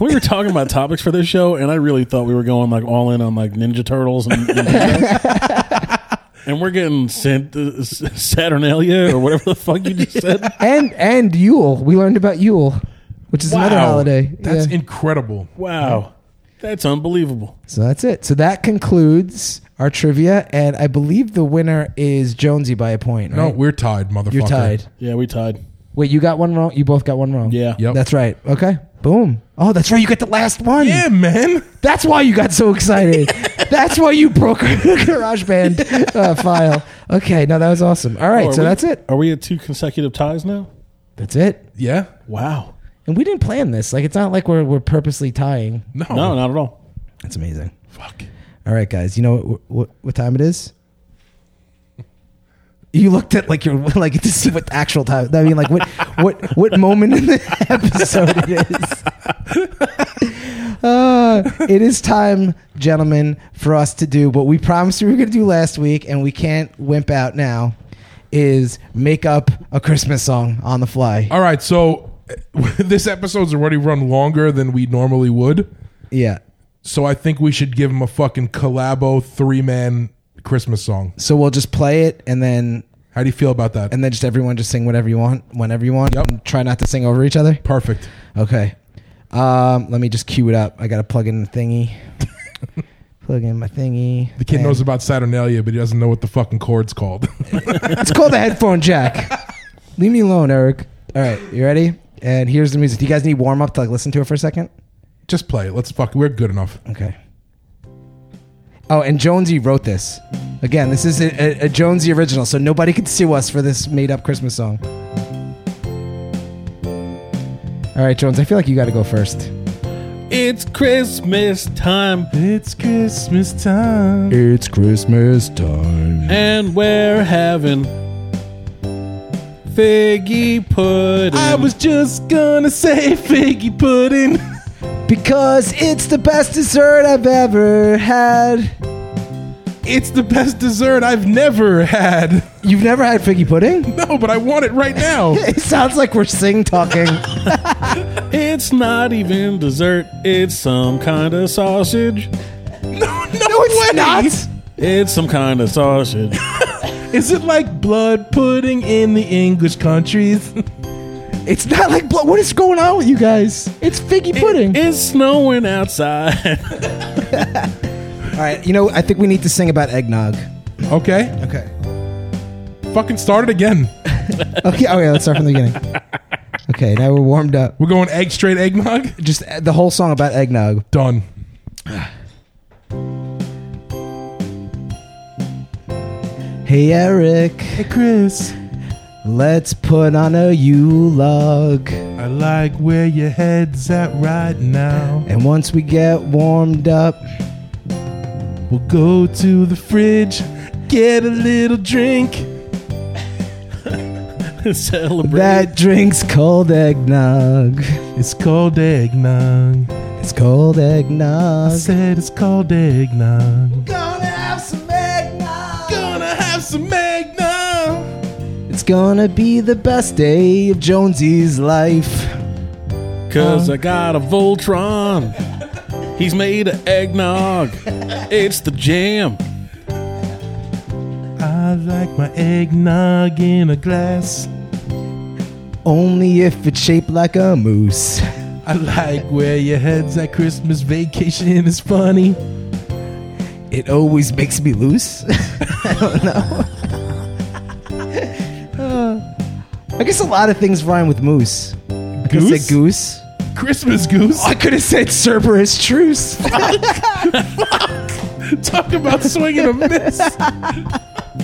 [SPEAKER 5] we were talking about topics for this show and i really thought we were going like all in on like ninja turtles and and we're getting sent uh, saturnalia or whatever the fuck you just said
[SPEAKER 4] And and Yule. We learned about Yule, which is another
[SPEAKER 3] Wow.
[SPEAKER 4] holiday.
[SPEAKER 3] That's
[SPEAKER 4] Yeah.
[SPEAKER 3] incredible.
[SPEAKER 5] wow that's unbelievable
[SPEAKER 4] so that's it. So that concludes our trivia, and I believe the winner is Jonesy by a point.
[SPEAKER 3] No,
[SPEAKER 4] Right?
[SPEAKER 3] we're tied, motherfucker.
[SPEAKER 4] you're tied.
[SPEAKER 5] yeah we tied
[SPEAKER 4] Wait, you got one wrong. You both got one wrong.
[SPEAKER 5] yeah
[SPEAKER 3] Yep.
[SPEAKER 4] That's right. Okay. Boom. Oh, that's right. You got the last one.
[SPEAKER 3] Yeah, man.
[SPEAKER 4] That's why you got so excited. That's why you broke her GarageBand uh, file. Okay, no, that was awesome. All right,
[SPEAKER 5] Are
[SPEAKER 4] so
[SPEAKER 5] we-
[SPEAKER 4] that's it.
[SPEAKER 5] are we at two consecutive ties now
[SPEAKER 4] That's it.
[SPEAKER 3] Yeah.
[SPEAKER 5] wow
[SPEAKER 4] And we didn't plan this. Like, it's not like we're, we're purposely tying.
[SPEAKER 3] No.
[SPEAKER 5] no not at all
[SPEAKER 4] That's amazing.
[SPEAKER 3] Fuck.
[SPEAKER 4] All right, guys, you know what, what, what time it is? You looked at like your like to see what actual time. I mean, like what what what moment in the episode it is. Uh, it is time, gentlemen, for us to do what we promised we were going to do last week, and we can't wimp out now. Is make up a Christmas song on the fly.
[SPEAKER 3] All right, so this episode's already run longer than we normally would.
[SPEAKER 4] Yeah.
[SPEAKER 3] So I think we should give him a fucking collabo three man Christmas song.
[SPEAKER 4] So we'll just play it, and then
[SPEAKER 3] How do you feel about that?
[SPEAKER 4] and then just everyone just sing whatever you want, whenever you want.
[SPEAKER 3] Yep.
[SPEAKER 4] And try not to sing over each other.
[SPEAKER 3] Perfect.
[SPEAKER 4] Okay. Um, let me just cue it up. I gotta plug in the thingy. plug in my thingy.
[SPEAKER 3] The kid
[SPEAKER 4] And-
[SPEAKER 3] knows about Saturnalia, but he doesn't know what the fucking chord's called.
[SPEAKER 4] It's called the headphone jack. Leave me alone, Eric. All right, you ready? And here's the music. Do you guys need warm up to like listen to it for a second?
[SPEAKER 3] Just play it. Let's fuck. We're good enough.
[SPEAKER 4] Okay. Oh, and Jonesy wrote this. Again, this is a, a, a Jonesy original, so nobody could sue us for this made-up Christmas song. All right, Jones. I feel like you got to go first.
[SPEAKER 5] it's christmas time
[SPEAKER 3] It's Christmas time.
[SPEAKER 4] It's Christmas time.
[SPEAKER 5] and we're having figgy pudding
[SPEAKER 3] I was just gonna say figgy pudding.
[SPEAKER 4] Because it's the best dessert I've ever had.
[SPEAKER 3] It's the best dessert I've never had.
[SPEAKER 4] You've never had figgy pudding?
[SPEAKER 3] No, oh, but I want it right now.
[SPEAKER 4] It sounds like we're sing talking.
[SPEAKER 5] It's not even dessert. It's some kind of sausage.
[SPEAKER 3] No, no,
[SPEAKER 4] it's not.
[SPEAKER 5] It's some kind of sausage.
[SPEAKER 3] Is it like blood pudding in the English countries?
[SPEAKER 4] It's not like blood. What is going on with you guys? It's figgy pudding.
[SPEAKER 5] It's snowing outside.
[SPEAKER 4] All right, you know, I think we need to sing about eggnog.
[SPEAKER 3] okay,
[SPEAKER 4] Okay.
[SPEAKER 3] fucking start it again.
[SPEAKER 4] Okay, okay, let's start from the beginning. Okay, now we're warmed up.
[SPEAKER 3] We're going egg straight eggnog.
[SPEAKER 4] Just uh, the whole song about eggnog.
[SPEAKER 3] Done.
[SPEAKER 4] Hey, Eric,
[SPEAKER 3] Chris,
[SPEAKER 4] let's put on a Yule log.
[SPEAKER 3] I like where your head's at right now.
[SPEAKER 4] And once we get warmed up,
[SPEAKER 3] We'll go to the fridge, get a little drink.
[SPEAKER 5] Celebrate.
[SPEAKER 4] that drink's cold eggnog.
[SPEAKER 3] It's called eggnog.
[SPEAKER 4] It's cold eggnog.
[SPEAKER 3] Said it's called eggnog.
[SPEAKER 4] Gonna have some eggnog.
[SPEAKER 3] Gonna have some eggnog.
[SPEAKER 4] It's gonna be the best day of Jonesy's life.
[SPEAKER 5] Cause
[SPEAKER 3] Uh-huh.
[SPEAKER 5] I got a Voltron. He's made of eggnog. It's the jam.
[SPEAKER 3] I like my eggnog in a glass.
[SPEAKER 4] Only if it's shaped like a moose.
[SPEAKER 3] I like where your head's at Christmas vacation is funny.
[SPEAKER 4] It always makes me loose. I don't know. Uh, I guess a lot of things rhyme with moose. I could have
[SPEAKER 3] Goose?
[SPEAKER 4] said goose.
[SPEAKER 3] Christmas goose.
[SPEAKER 4] I could have said Cerberus truce.
[SPEAKER 3] Talk about swinging a miss.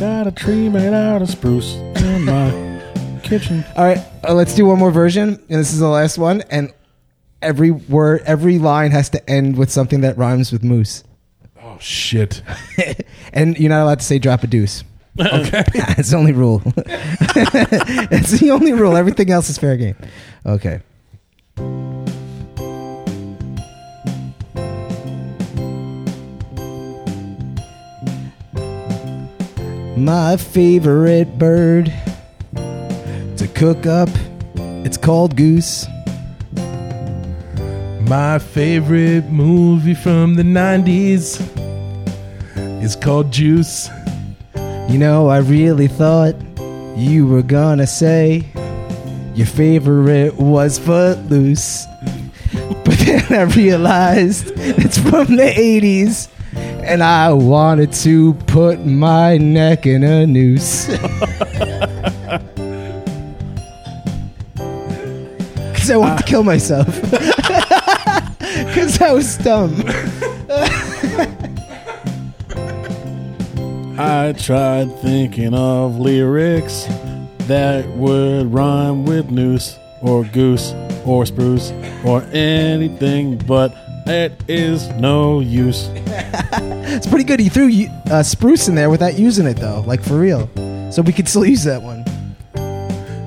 [SPEAKER 5] Got a tree made out of spruce in my kitchen.
[SPEAKER 4] All right, uh, let's do one more version, and this is the last one. And every word, every line has to end with something that rhymes with moose.
[SPEAKER 3] Oh shit.
[SPEAKER 4] and you're not allowed to say drop a deuce. Okay, that's the only rule. That's the only rule. Everything else is fair game. Okay. My favorite bird to cook up. It's called goose.
[SPEAKER 3] My favorite movie from the 90s is called Juice.
[SPEAKER 4] You know, I really thought you were gonna say your favorite was Footloose. But then I realized it's from the 80s and I wanted to put my neck in a noose. Because I wanted to kill myself. Because I was dumb.
[SPEAKER 5] I tried thinking of lyrics that would rhyme with noose or goose or spruce or anything, but it is no use.
[SPEAKER 4] It's pretty good. He threw uh, spruce in there without using it though, like for real. So we could still use that one.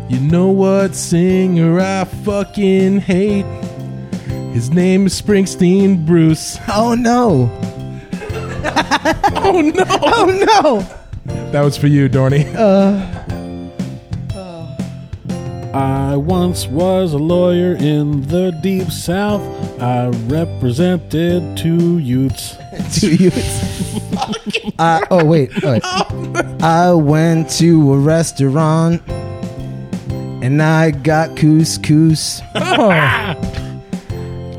[SPEAKER 3] You know what singer I fucking hate? His name is Springsteen Bruce.
[SPEAKER 4] Oh no!
[SPEAKER 3] Oh no!
[SPEAKER 4] Oh no!
[SPEAKER 3] That was for you, Dorney.
[SPEAKER 5] I once was a lawyer in the deep south. I represented two youths.
[SPEAKER 4] Two youths. uh, oh wait. all right. I went to a restaurant and I got couscous.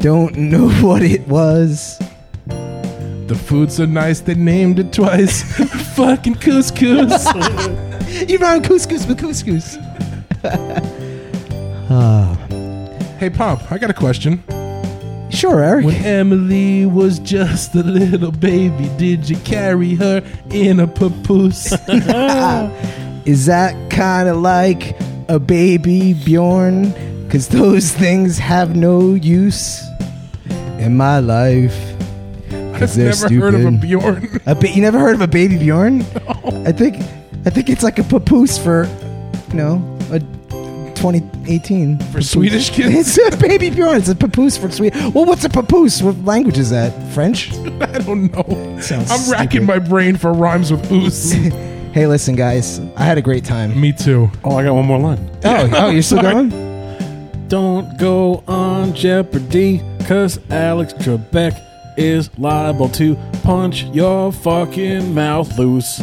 [SPEAKER 4] Don't know what it was.
[SPEAKER 3] The food's so nice they named it twice. fucking couscous.
[SPEAKER 4] You rhyme couscous with couscous.
[SPEAKER 3] hey, Pomp, I got a question.
[SPEAKER 4] Sure, Eric.
[SPEAKER 3] When Emily was just a little baby, did you carry her in a papoose?
[SPEAKER 4] Is that kind of like a baby Bjorn? Because those things have no use in my life.
[SPEAKER 3] I've
[SPEAKER 4] they're
[SPEAKER 3] never heard of a
[SPEAKER 4] stupid.
[SPEAKER 3] Bjorn.
[SPEAKER 4] A ba- you never heard of a baby Bjorn? I think I think it's like a papoose for, you know, a 2018.
[SPEAKER 3] For Swedish kids?
[SPEAKER 4] It's a baby Bjorn. It's a papoose for Sweden. Well, what's a papoose? What language is that? French?
[SPEAKER 3] I don't know.
[SPEAKER 4] Sounds
[SPEAKER 3] I'm racking
[SPEAKER 4] stupid.
[SPEAKER 3] my brain for rhymes with oos.
[SPEAKER 4] Hey, listen, guys. I had a great time.
[SPEAKER 3] Me too.
[SPEAKER 5] Oh, I got one more line.
[SPEAKER 4] Oh, oh, you're still going?
[SPEAKER 5] Don't go on Jeopardy, cause Alex Trebek is liable to punch your fucking mouth loose.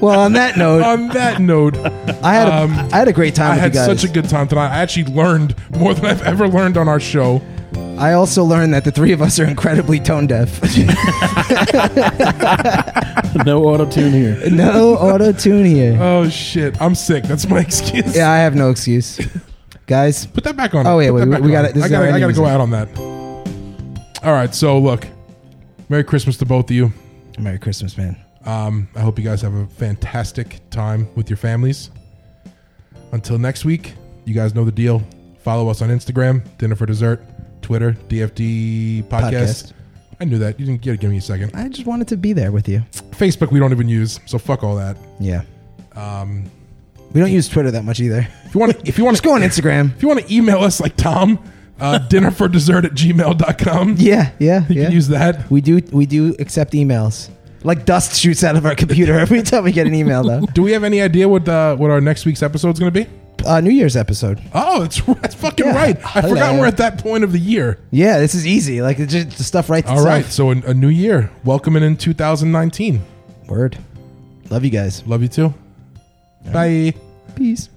[SPEAKER 4] Well, on that note,
[SPEAKER 3] On that note,
[SPEAKER 4] I had a,
[SPEAKER 3] um,
[SPEAKER 4] I had a great time
[SPEAKER 3] I
[SPEAKER 4] with
[SPEAKER 3] had
[SPEAKER 4] you guys.
[SPEAKER 3] such a good time tonight. I actually learned more than I've ever learned on our show.
[SPEAKER 4] I also learned that the three of us are incredibly tone deaf.
[SPEAKER 5] No auto tune here.
[SPEAKER 4] no auto tune here.
[SPEAKER 3] Oh shit, I'm sick. That's my excuse.
[SPEAKER 4] Yeah, I have no excuse, guys.
[SPEAKER 3] Put that back on.
[SPEAKER 4] Oh, yeah,
[SPEAKER 3] Put
[SPEAKER 4] wait,
[SPEAKER 3] that
[SPEAKER 4] we-
[SPEAKER 3] back
[SPEAKER 4] we
[SPEAKER 3] on.
[SPEAKER 4] gotta- this
[SPEAKER 3] I
[SPEAKER 4] is
[SPEAKER 3] gotta,
[SPEAKER 4] our
[SPEAKER 3] I gotta
[SPEAKER 4] ending
[SPEAKER 3] go out on that. All right, so look, Merry Christmas to both of you.
[SPEAKER 4] Merry Christmas, man.
[SPEAKER 3] Um, I hope you guys have a fantastic time with your families. Until next week, you guys know the deal. Follow us on Instagram, Dinner for Dessert, Twitter, DFD Podcast.
[SPEAKER 4] Podcast.
[SPEAKER 3] I knew that. You didn't you gotta give me a second.
[SPEAKER 4] I just wanted to be there with you.
[SPEAKER 3] Facebook, we don't even use, so fuck all that.
[SPEAKER 4] Yeah. Um, we don't use Twitter that much either.
[SPEAKER 3] If you want, if you want
[SPEAKER 4] Just go on Instagram.
[SPEAKER 3] if you want to email us like Tom, uh, dinner for dessert at gmail.com.
[SPEAKER 4] Yeah, yeah,
[SPEAKER 3] You
[SPEAKER 4] yeah.
[SPEAKER 3] can use that.
[SPEAKER 4] we do. We do accept emails. Like dust shoots out of our computer every time we get an email, though.
[SPEAKER 3] Do we have any idea what uh, what our next week's episode's going to be?
[SPEAKER 4] Uh, New Year's episode.
[SPEAKER 3] Oh, that's, that's fucking
[SPEAKER 4] Yeah.
[SPEAKER 3] right. I forgot
[SPEAKER 4] Hello.
[SPEAKER 3] we're at that point of the year.
[SPEAKER 4] Yeah, this is easy. Like it just the stuff right.
[SPEAKER 3] All right, so a, a new year. Welcoming in 2019.
[SPEAKER 4] Word. Love you guys.
[SPEAKER 3] Love you too. Bye.
[SPEAKER 4] Peace.